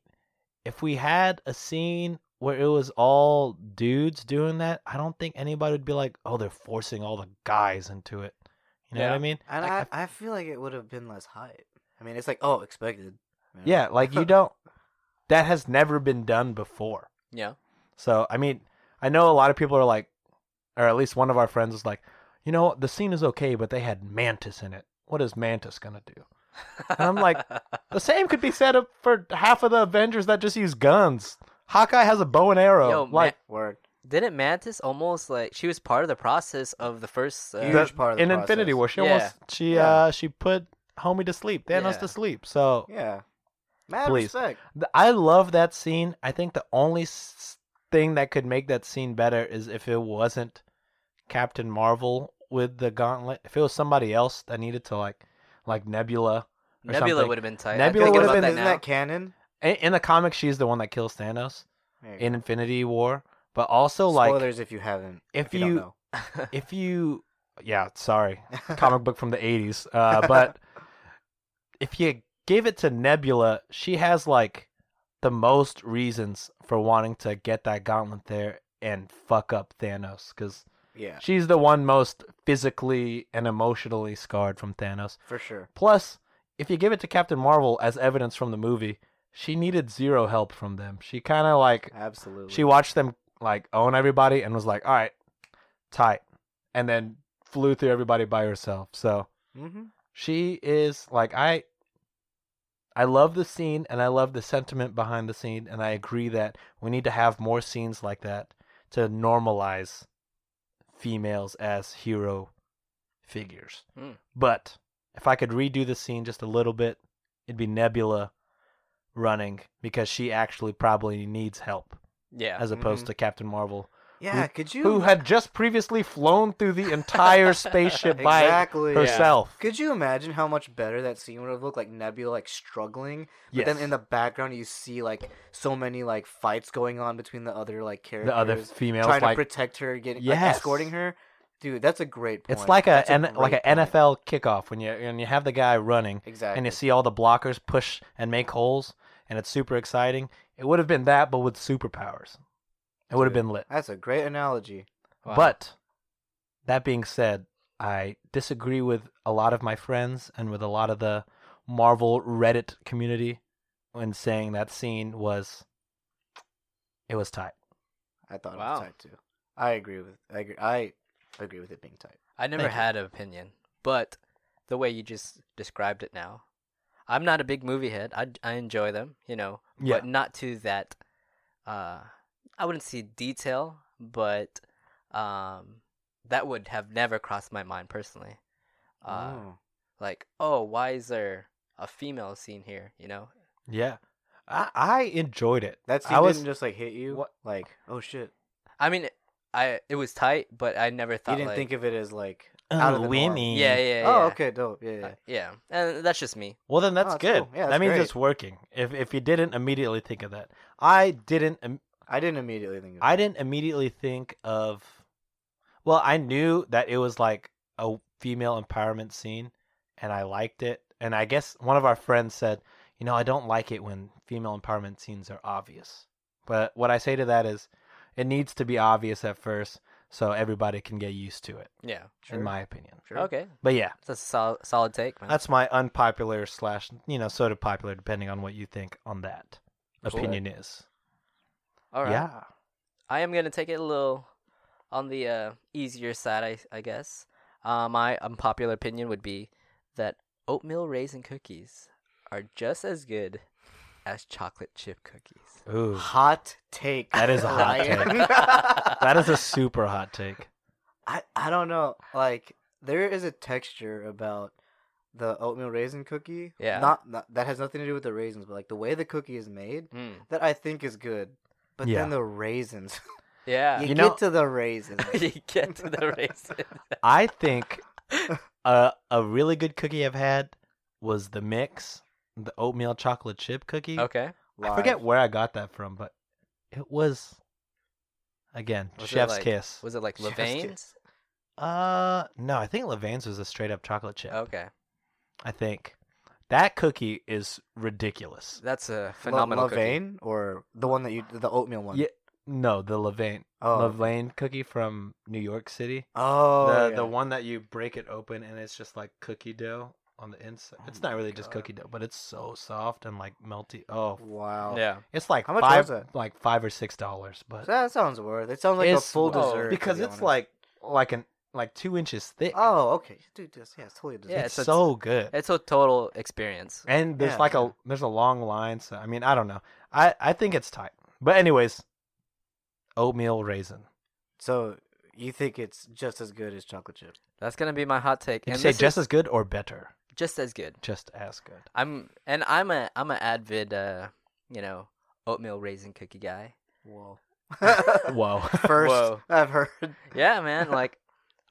S3: if we had a scene where it was all dudes doing that, I don't think anybody would be like, "Oh, they're forcing all the guys into it." You know what
S2: Yeah.
S3: I mean?
S1: And
S3: Like,
S1: I, I feel like it would have been less hype. I mean, it's like oh, expected. you know?
S3: Yeah, like
S1: [laughs]
S3: you don't. That has never been done before.
S2: Yeah.
S3: So I mean, I know a lot of people are like, or at least one of our friends was like, you know, the scene is okay, but they had Mantis in it. What is Mantis gonna do? I'm like-
S2: [laughs]
S3: The same could be said of- for half of the Avengers that just use guns. Hawkeye has a bow and arrow.
S2: Yo,
S3: like
S1: Word.
S2: didn't Mantis almost like she was part of the process of the first uh,
S1: Huge part of the
S3: in Infinity
S1: process.
S3: War, she
S2: Yeah.
S3: almost she
S1: Yeah.
S3: uh she put homie to sleep, Thanos
S2: Yeah.
S3: to sleep. So
S1: Yeah. Mad
S3: Please.
S1: respect.
S3: Th- I love that scene. I think the only s- thing that could make that scene better is if it wasn't Captain Marvel with the gauntlet. If it was somebody else that needed to like like Nebula or
S2: Nebula
S3: something.
S2: would have been tight.
S3: Nebula
S2: Nebula would
S3: would've
S2: have
S3: been-
S2: been that
S1: isn't
S2: now.
S1: that canon?
S3: in, in the comic, she's the one that kills Thanos
S1: There you
S3: in
S1: go.
S3: Infinity War. But also like
S1: spoilers if you haven't.
S3: if
S1: If you,
S3: you- if you yeah sorry comic book from the 80s uh, but if you gave it to nebula she has like the most reasons for wanting to get that gauntlet there and fuck up thanos because
S1: [laughs] yeah,
S3: she's the one most physically and emotionally scarred from thanos
S1: for sure.
S3: plus if you give it to captain marvel as evidence from the movie she needed zero help from them she kind of like
S1: Absolutely.
S3: she watched them like own everybody and was like, "All right, tight," and then flew through everybody by herself. So
S1: hmm
S3: she is like, I, I love the scene and I love the sentiment behind the scene, and I agree that we need to have more scenes like that to normalize females as hero figures.
S1: Hmm.
S2: Mm.
S3: But if I could redo the scene just a little bit, it'd be Nebula running because she actually probably needs help
S2: yeah.
S3: as opposed
S1: Mhm.
S3: to Captain Marvel,
S1: Yeah, could you?
S3: who had just previously flown through the entire spaceship by
S1: [laughs] exactly.
S3: herself.
S1: Could you imagine how much better that scene would have looked like Nebula like struggling, but
S3: Yes.
S1: then in the background you see like so many like fights going on between the other like characters,
S3: the other females,
S1: trying to
S3: like
S1: protect her, getting like,
S3: Yes.
S1: escorting her. Dude, that's a great point.
S3: it's like a,
S1: That's
S3: N like
S1: great
S3: a
S1: point.
S3: NFL kickoff when you and you have the guy running
S1: Exactly.
S3: and you see all the blockers push and make holes, and it's super exciting. It would have been that, but with superpowers. It would have
S1: Dude.
S3: been lit.
S1: That's a great analogy.
S2: Wow.
S3: But that being said, I disagree with a lot of my friends and with a lot of the Marvel Reddit community when saying that scene was it was tight.
S1: I thought it was
S2: Wow.
S1: tight too. I agree with. I agree, I agree with it being tight.
S2: I never
S3: Thank you.
S2: had an opinion, but the way you just described it now, I'm not a big movie head. I, I enjoy them, you know,
S3: Yeah.
S2: but not to that. Uh, I wouldn't see detail, but um, that would have never crossed my mind personally. Uh,
S1: Oh.
S2: Like, oh, why is there a female scene here? You know,
S3: Yeah. I, I enjoyed it.
S1: That scene
S3: I was
S1: didn't just like hit you.
S3: What-
S1: Like, oh shit!
S2: I mean, I it was tight, but I never thought
S1: you didn't
S2: like,
S1: think of it as like
S3: Oh,
S1: out of the norm.
S3: women.
S2: yeah, yeah, yeah.
S1: Oh, okay, dope. Yeah, yeah.
S2: Uh, yeah, and that's just me.
S3: Well, then that's
S1: Oh, that's
S3: good.
S1: cool. Yeah,
S3: that
S1: that's
S3: means
S1: great.
S3: it's working. If if you didn't immediately think of that, I didn't. im-
S1: I didn't immediately think. Of
S3: I
S1: it.
S3: didn't immediately think of. Well, I knew that it was like a female empowerment scene, and I liked it. And I guess one of our friends said, "You know, I don't like it when female empowerment scenes are obvious." But what I say to that is, it needs to be obvious at first, so everybody can get used to it.
S2: Yeah.
S1: Sure.
S3: In my opinion.
S1: Sure.
S2: Okay,
S3: But yeah,
S2: that's a solid, solid take, man.
S3: That's my unpopular slash, you know, sort of popular, depending on what you think on that
S2: Cool.
S3: opinion is.
S2: All right.
S3: Yeah.
S2: I am gonna take it a little on the uh, easier side, I, I guess. Uh, my unpopular opinion would be that oatmeal raisin cookies are just as good as chocolate chip cookies.
S3: Ooh,
S1: Hot take.
S3: That is a hot
S1: [laughs] Ryan.
S3: that is a super hot take.
S1: I I don't know. Like there is a texture about the oatmeal raisin cookie.
S2: Yeah.
S1: Not, not that has nothing to do with the raisins, but like the way the cookie is made
S2: Mm.
S1: that I think is good. But
S3: Yeah.
S1: then the
S2: [laughs]
S1: raisins.
S2: Yeah,
S1: you
S2: you,
S3: You know-
S1: get to
S3: [laughs]
S1: the raisins.
S2: get to the raisin.
S3: I
S2: [laughs]
S3: think a a really good cookie I've had was the mix, the oatmeal chocolate chip cookie.
S2: okay.
S3: I forget
S2: [laughs]
S3: where I got that from, but it was again
S2: Was it
S3: chef's
S2: like-
S3: kiss.
S2: Was it like
S1: Just
S2: Levain's?
S3: Uh, no, I think Levain's was a straight up chocolate chip.
S2: Okay,
S3: I think that cookie is ridiculous.
S2: that's a
S1: Lo-
S2: phenomenal cookie.
S1: Levain or the one that you the oatmeal one.
S3: Yeah. No, the Levain.
S1: Oh.
S3: Levain cookie from New York City.
S1: Oh.
S3: the
S1: yeah.
S3: the one that you break it open and it's just like cookie dough on the inside.
S1: Oh
S3: It's not
S1: my
S3: really just
S1: God.
S3: cookie dough, but it's so soft and like melty. Oh,
S1: Wow.
S2: Yeah.
S3: it's like
S1: How much
S3: five,
S1: was it?
S3: like five or six dollars, but
S1: That sounds worth. It sounds like a
S3: It's-
S1: full
S2: oh,
S1: dessert to
S3: because
S1: be
S3: it's
S1: honest.
S3: like like an like two inches thick.
S1: Oh, okay. Dude, this yeah, it's totally a dessert.
S2: Yeah,
S3: it's,
S2: so it's-
S3: so good.
S2: It's a total experience.
S3: and there's
S1: yeah,
S3: like
S1: yeah.
S3: a there's a long line. So I mean, I don't know. I I think it's tight. But anyways, oatmeal raisin.
S1: So you think it's just as good as chocolate chips?
S2: That's gonna be my hot take.
S3: You
S2: And
S3: say
S2: this
S3: just
S2: is
S3: as good or better?
S2: just as good.
S3: Just as good.
S1: [laughs]
S2: I'm and I'm a I'm an avid uh you know oatmeal raisin cookie guy. [laughs]
S1: Whoa. [laughs] First
S2: Whoa.
S1: I've heard.
S3: [laughs]
S2: Yeah, man. Like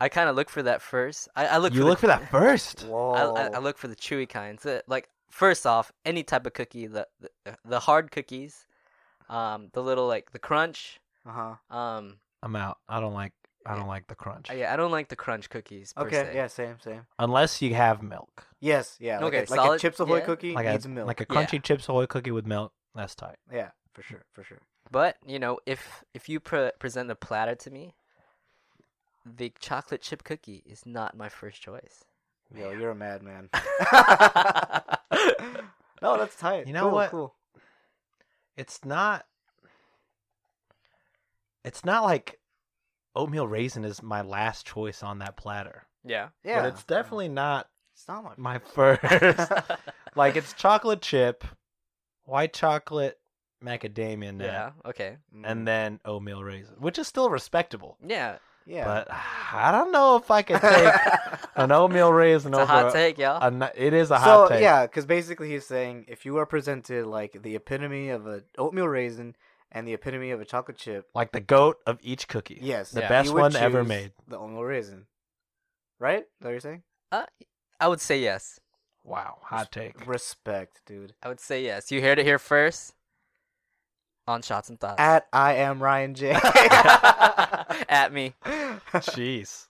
S2: I kind of look for that first. I, I look.
S3: you
S2: for
S3: look
S2: the,
S3: for that first.
S1: [laughs] Whoa.
S2: I, I, I look for the chewy kinds. Uh, Like first off, any type of cookie, the the, the hard cookies, um, the little like the crunch.
S1: Uh-huh.
S2: Um,
S3: I'm out. I don't like. I don't like the crunch.
S2: yeah, I don't like the crunch cookies. Per
S1: Okay,
S2: se.
S1: yeah, same, same.
S3: Unless you have milk,
S1: Yes, yeah. Like,
S2: Okay,
S1: a, like a
S2: solid-
S1: Chips Ahoy
S2: yeah.
S1: cookie
S3: like
S1: needs
S3: a
S1: milk.
S3: like a
S2: Yeah.
S3: crunchy chips Ahoy cookie with milk. That's tight.
S1: yeah, for sure, for sure.
S2: But you know, if if you pre- present a platter to me, the chocolate chip cookie is not my first choice.
S1: Yo,
S3: Man.
S1: you're a
S2: [laughs]
S1: madman. [laughs]
S2: I
S1: no, that's tight.
S3: You know
S1: Cool,
S3: what?
S1: Cool.
S3: It's not. It's not like oatmeal raisin is my last choice on that platter. [laughs]
S2: Yeah.
S1: Yeah,
S3: but it's definitely not
S1: It's not my.
S3: my [laughs] first. like it's chocolate chip, white chocolate macadamia nut,
S2: [laughs] Yeah. Okay. Mm.
S3: and then oatmeal raisin, which is still respectable.
S2: Yeah.
S1: yeah. [laughs]
S3: But [sighs] I don't know if I could take an oatmeal raisin
S2: It's a
S3: over
S2: hot take, y'all.
S3: a nu- it is a hot
S1: so
S3: take.
S1: yeah, because basically he's saying if you are presented like the epitome of a oatmeal raisin and the epitome of a chocolate chip,
S3: Like the goat of each cookie.
S1: yes,
S3: The
S2: Yeah.
S3: best
S1: you would
S3: one ever
S1: choose
S3: made.
S1: the oatmeal raisin, right? Is that what you're saying?
S2: I would say yes.
S3: Wow. Hot take.
S1: Respect, dude.
S2: I would say yes. You heard it here first. On shots and thoughts.
S1: At I am Ryan
S2: [laughs]
S1: J. [laughs]
S2: At me.
S3: [laughs] Jeez.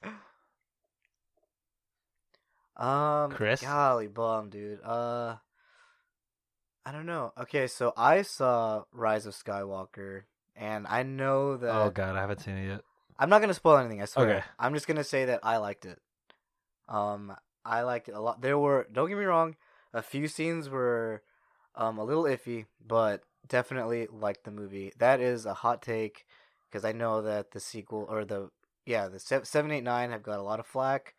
S1: um,
S3: Chris?
S1: golly bum, dude. Uh, I don't know. Okay, so I saw Rise of Skywalker, and I know [laughs] that
S3: Oh god, I haven't seen it yet.
S1: I'm not gonna spoil anything. I swear.
S3: Okay.
S1: I'm just gonna say that I liked it. Um, I liked it a lot. There were don't get me wrong, a few scenes were um a little iffy, but definitely liked the movie. That is a hot take because I know that the sequel or the yeah the se- seven eight nine have got a lot of flack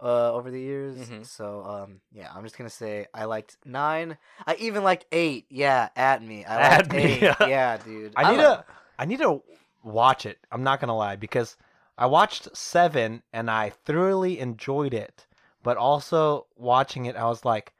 S1: uh over the years.
S3: Mm-hmm.
S2: Mhm.
S1: So um yeah, I'm just gonna say I liked nine. I even liked eight. Yeah, at me. I
S3: At
S1: liked
S3: me.
S1: eight. yeah, dude.
S3: I need
S1: like-
S3: to I need to watch it. I'm not gonna lie because I watched Seven and I thoroughly enjoyed it, but also watching it, I was like,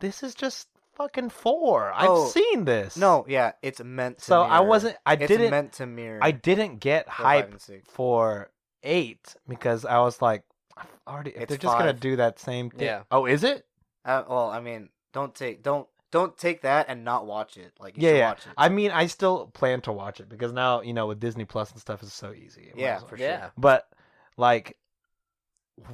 S3: "This is just fucking four. I've
S1: Oh,
S3: seen this."
S1: No, yeah, it's meant. To
S3: so I
S1: mirror.
S3: wasn't. I
S1: it's
S3: didn't.
S1: meant to mirror.
S3: I didn't get
S1: the five
S3: hype
S1: and six.
S3: for eight because I was like, I've "Already, if
S1: It's
S3: they're just gonna
S1: five.
S3: do that same thing."
S2: Yeah.
S3: Oh, is it?
S1: Uh, well, I mean, don't take don't don't take that and not watch it. Like you
S3: yeah,
S1: should
S3: yeah.
S1: watch it.
S3: I mean, I still plan to watch it because now you know with Disney Plus and stuff is so easy. I might
S1: yeah,
S3: as well.
S1: for
S2: Yeah.
S1: sure.
S3: but like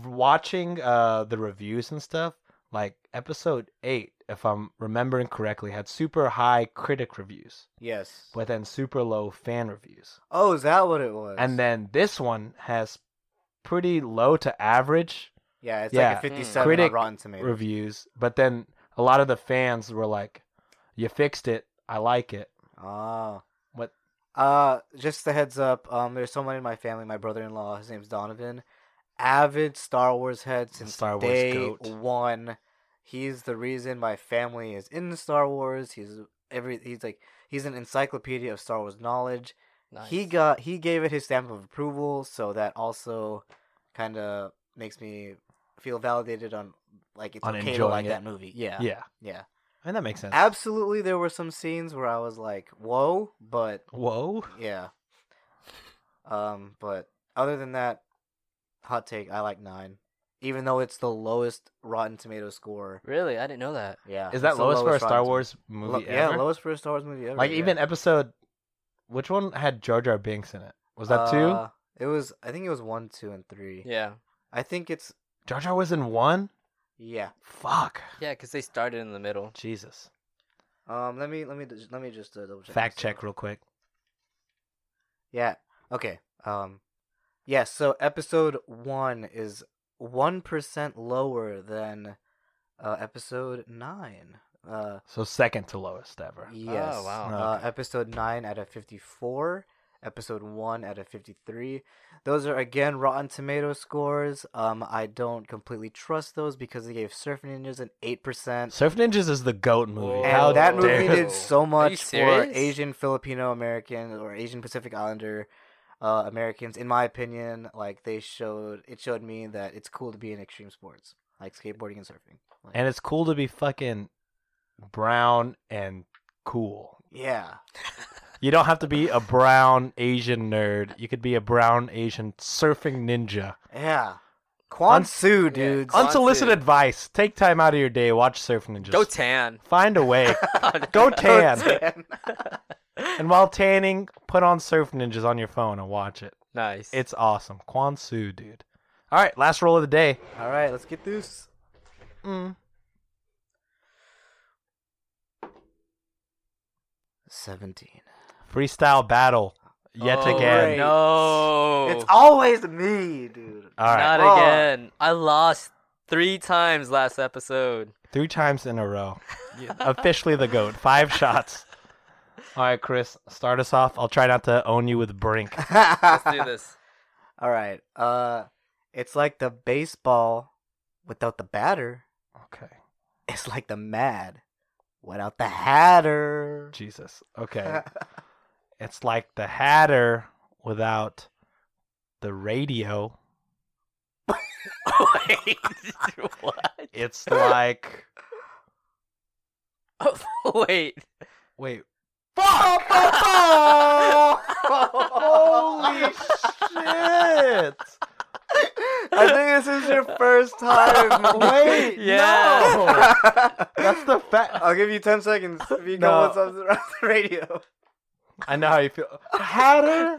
S3: watching uh the reviews and stuff like episode 8 if i'm remembering correctly had super high critic reviews
S1: Yes.
S3: but then super low fan reviews
S1: oh, is that what it was?
S3: and then this one has pretty low to average
S1: yeah, it's
S3: yeah,
S1: like a fifty-seven
S3: critic
S1: on Rotten Tomatoes.
S3: reviews but then a lot of the fans were like you fixed it i like it
S1: Ah.
S3: What-
S1: Uh, just a heads up. Um, there's someone in my family, my brother-in-law. His name's Donovan. Avid Star Wars head since
S3: Star Wars
S1: day
S3: goat.
S1: one. He's the reason my family is in Star Wars. He's every. He's like he's an encyclopedia of Star Wars knowledge. He
S2: Nice.
S1: got he gave it his stamp of approval, so that also kind of makes me feel validated on like it's
S3: On
S1: okay to
S3: enjoying
S1: like
S3: it.
S1: that movie. Yeah,
S3: yeah,
S1: yeah.
S3: and that makes sense
S1: Absolutely, there were some scenes where I was like, "Whoa," but
S3: whoa
S1: yeah. Um, but other than that, hot take. I like nine, even though it's the lowest Rotten Tomato score.
S2: Really? I didn't know that.
S1: Yeah,
S3: is
S1: it's
S3: that
S1: the
S3: lowest, for a
S1: Rotten
S3: star
S1: Tom-
S3: wars
S1: Lo-
S3: movie
S1: yeah,
S3: ever?
S1: lowest for a Star Wars movie ever.
S3: Like
S1: yeah.
S3: even episode, which one had Jar Jar Binks in it? Was that two?
S1: Uh, It was. I think it was one, two, and three.
S2: Yeah.
S1: I think it's
S3: Jar Jar was in one.
S1: yeah.
S3: Fuck.
S2: Yeah, because they started in the middle.
S3: Jesus.
S1: Um, let me let me just- let me just uh, double check.
S3: Fact
S1: this
S3: check
S1: out.
S3: real quick.
S1: Yeah. Okay. Um, yeah. So episode one is one percent lower than uh, episode nine. Uh,
S3: So second to lowest ever.
S1: yes.
S2: wow.
S1: Uh, Episode nine out of fifty-four. Episode one out of fifty-three. Those are again Rotten Tomato scores. Um, I don't completely trust those because they gave Surf Ninjas an eight percent.
S3: Surf Ninjas is the goat movie.
S2: Whoa.
S1: And
S3: How
S1: that movie
S3: dare-
S1: did so
S2: you
S1: much for
S2: serious?
S1: Asian Filipino American or Asian Pacific Islander uh, Americans. In my opinion, like they showed it showed me that it's cool to be in extreme sports like skateboarding and surfing. Like,
S3: And it's cool to be fucking brown and cool.
S1: yeah,
S3: You don't have to be a brown Asian nerd. You could be a brown Asian surfing ninja.
S1: Yeah. Quan
S3: Un-
S1: Su, dudes. [laughs]
S2: Quan-
S3: Unsolicited
S2: Dude.
S3: advice. Take time out of your day. Watch Surf Ninjas.
S2: Go tan.
S3: Find a way. Go tan.
S1: Tan.
S3: and while tanning, put on Surf Ninjas on your phone and watch it.
S2: nice.
S3: It's awesome. Quan Su, dude. All right, last roll of the day.
S1: All right, let's get this.
S3: Mm.
S1: Seventeen.
S3: Freestyle battle. Yet
S2: Oh,
S3: again.
S1: great.
S2: No.
S1: It's always me, dude.
S3: All right.
S2: Oh. Not
S1: Oh. [laughs]
S2: again. I lost three times last episode.
S3: Three times in a row. Officially the GOAT. Five shots. All right, Chris, start us off. I'll try not to own you with Brink.
S2: Let's do this.
S1: All right. Uh, it's like the baseball without the batter.
S3: Okay.
S1: It's like the mad without the hatter.
S3: Jesus.
S1: [laughs]
S3: Okay. it's like the Hatter without the radio.
S2: Wait, what?
S3: It's [laughs] like.
S2: [laughs] Wait.
S3: Wait. [laughs]
S1: Holy
S3: [laughs] Holy shit!
S1: I think this is your first
S3: [laughs]
S1: time. Wait.
S2: Yeah.
S3: No! That's the fact.
S1: [laughs] I'll give you 10 seconds if you
S3: No.
S1: go what's on the on the radio.
S3: I know how you feel. Hatter?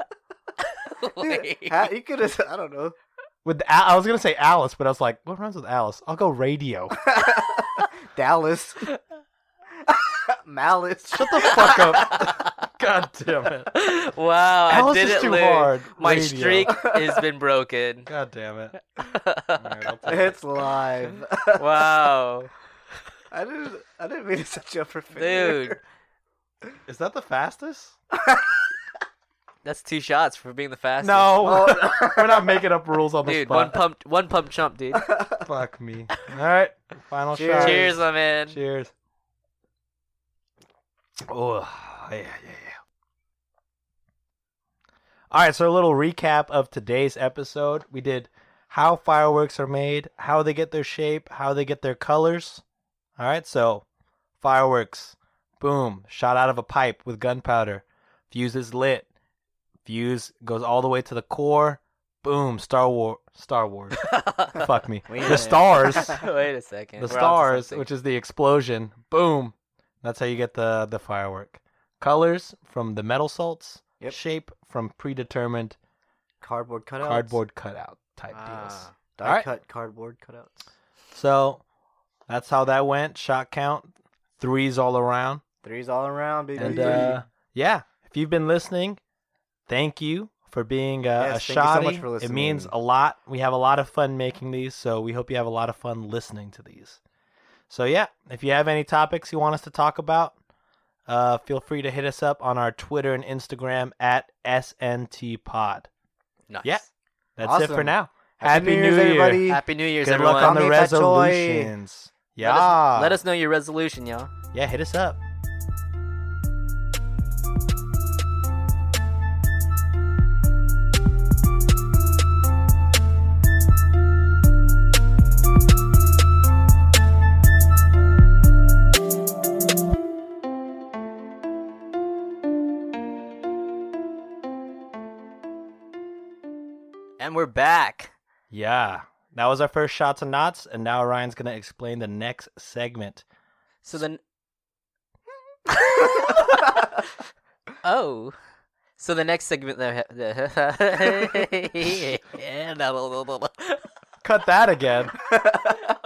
S1: Dude,
S2: Wait.
S1: ha- you could have, I don't know.
S3: With Al- I was gonna say Alice, but I was like, what rhymes with Alice? I'll go radio. [laughs]
S1: Dallas. [laughs] Malice.
S3: Shut the fuck up. [laughs] God damn it.
S2: [laughs] wow,
S3: Alice
S2: I did
S3: is
S2: it,
S3: too
S2: Lou.
S3: hard.
S2: My
S3: Radio.
S2: streak has
S3: [laughs]
S2: been broken. [laughs]
S3: God damn it. Alright, I'll take it.
S1: [laughs] It's live.
S2: wow.
S1: I didn't. I didn't mean to set you up for failure.
S2: Dude,
S3: Is that the fastest?
S2: that's two shots for being the fastest.
S3: No,
S1: Oh.
S3: [laughs] we're not making up rules on the [laughs]
S2: Dude, one
S3: spot.
S2: pump one pump
S3: [laughs]
S2: chump, dude.
S3: Fuck me. All right, final
S1: Cheers.
S3: shot.
S2: Cheers, my man.
S3: Cheers. Oh, yeah, yeah, yeah. All right, so a little recap of today's episode. We did how fireworks are made, how they get their shape, how they get their colors. All right, so fireworks, boom, shot out of a pipe with gunpowder. Fuse is lit. Fuse goes all the way to the core. Boom, Star War, Star Wars. Fuck me.
S1: Wait a
S3: the
S1: minute.
S3: stars
S2: [laughs] [laughs] Wait a second.
S3: the
S2: We're onto
S3: stars,
S2: something.
S3: which is the explosion. Boom. That's how you get the the firework. Colors from the metal salts.
S1: Yep.
S3: Shape from predetermined
S1: Cardboard cutouts.
S3: cardboard cutout type deals.
S2: Ah.
S1: Die
S3: All right.
S1: cut cardboard cutouts.
S3: So that's how that went. Shot count, threes all around.
S1: Threes all around, baby.
S3: And uh, yeah, if you've been listening, thank you for being uh, a
S1: Yes, thank you so
S3: shoddy.
S1: much for
S3: it means
S1: listening.
S3: a lot. We have a lot of fun making these, so we hope you have a lot of fun listening to these. So yeah, if you have any topics you want us to talk about, uh, feel free to hit us up on our Twitter and Instagram at SNTPod.
S2: nice.
S3: yeah. That's it for
S1: Awesome.
S3: now.
S1: Happy New Year's, everybody.
S2: Happy New Year's,
S3: Good
S2: everyone.
S3: luck on the
S1: Come eat that joy.
S3: resolutions.
S2: Let
S3: Yeah.
S2: us- let us know your resolution, y'all.
S3: Yeah, hit us up.
S2: And we're back.
S3: Yeah. That was our first shots and knots, and now Ryan's gonna explain the next segment.
S2: So then Oh. So the next
S3: [laughs]
S2: segment [laughs] that yeah, blah, blah, blah, blah.
S3: Cut that again.
S2: uh,
S1: [laughs]
S2: [laughs]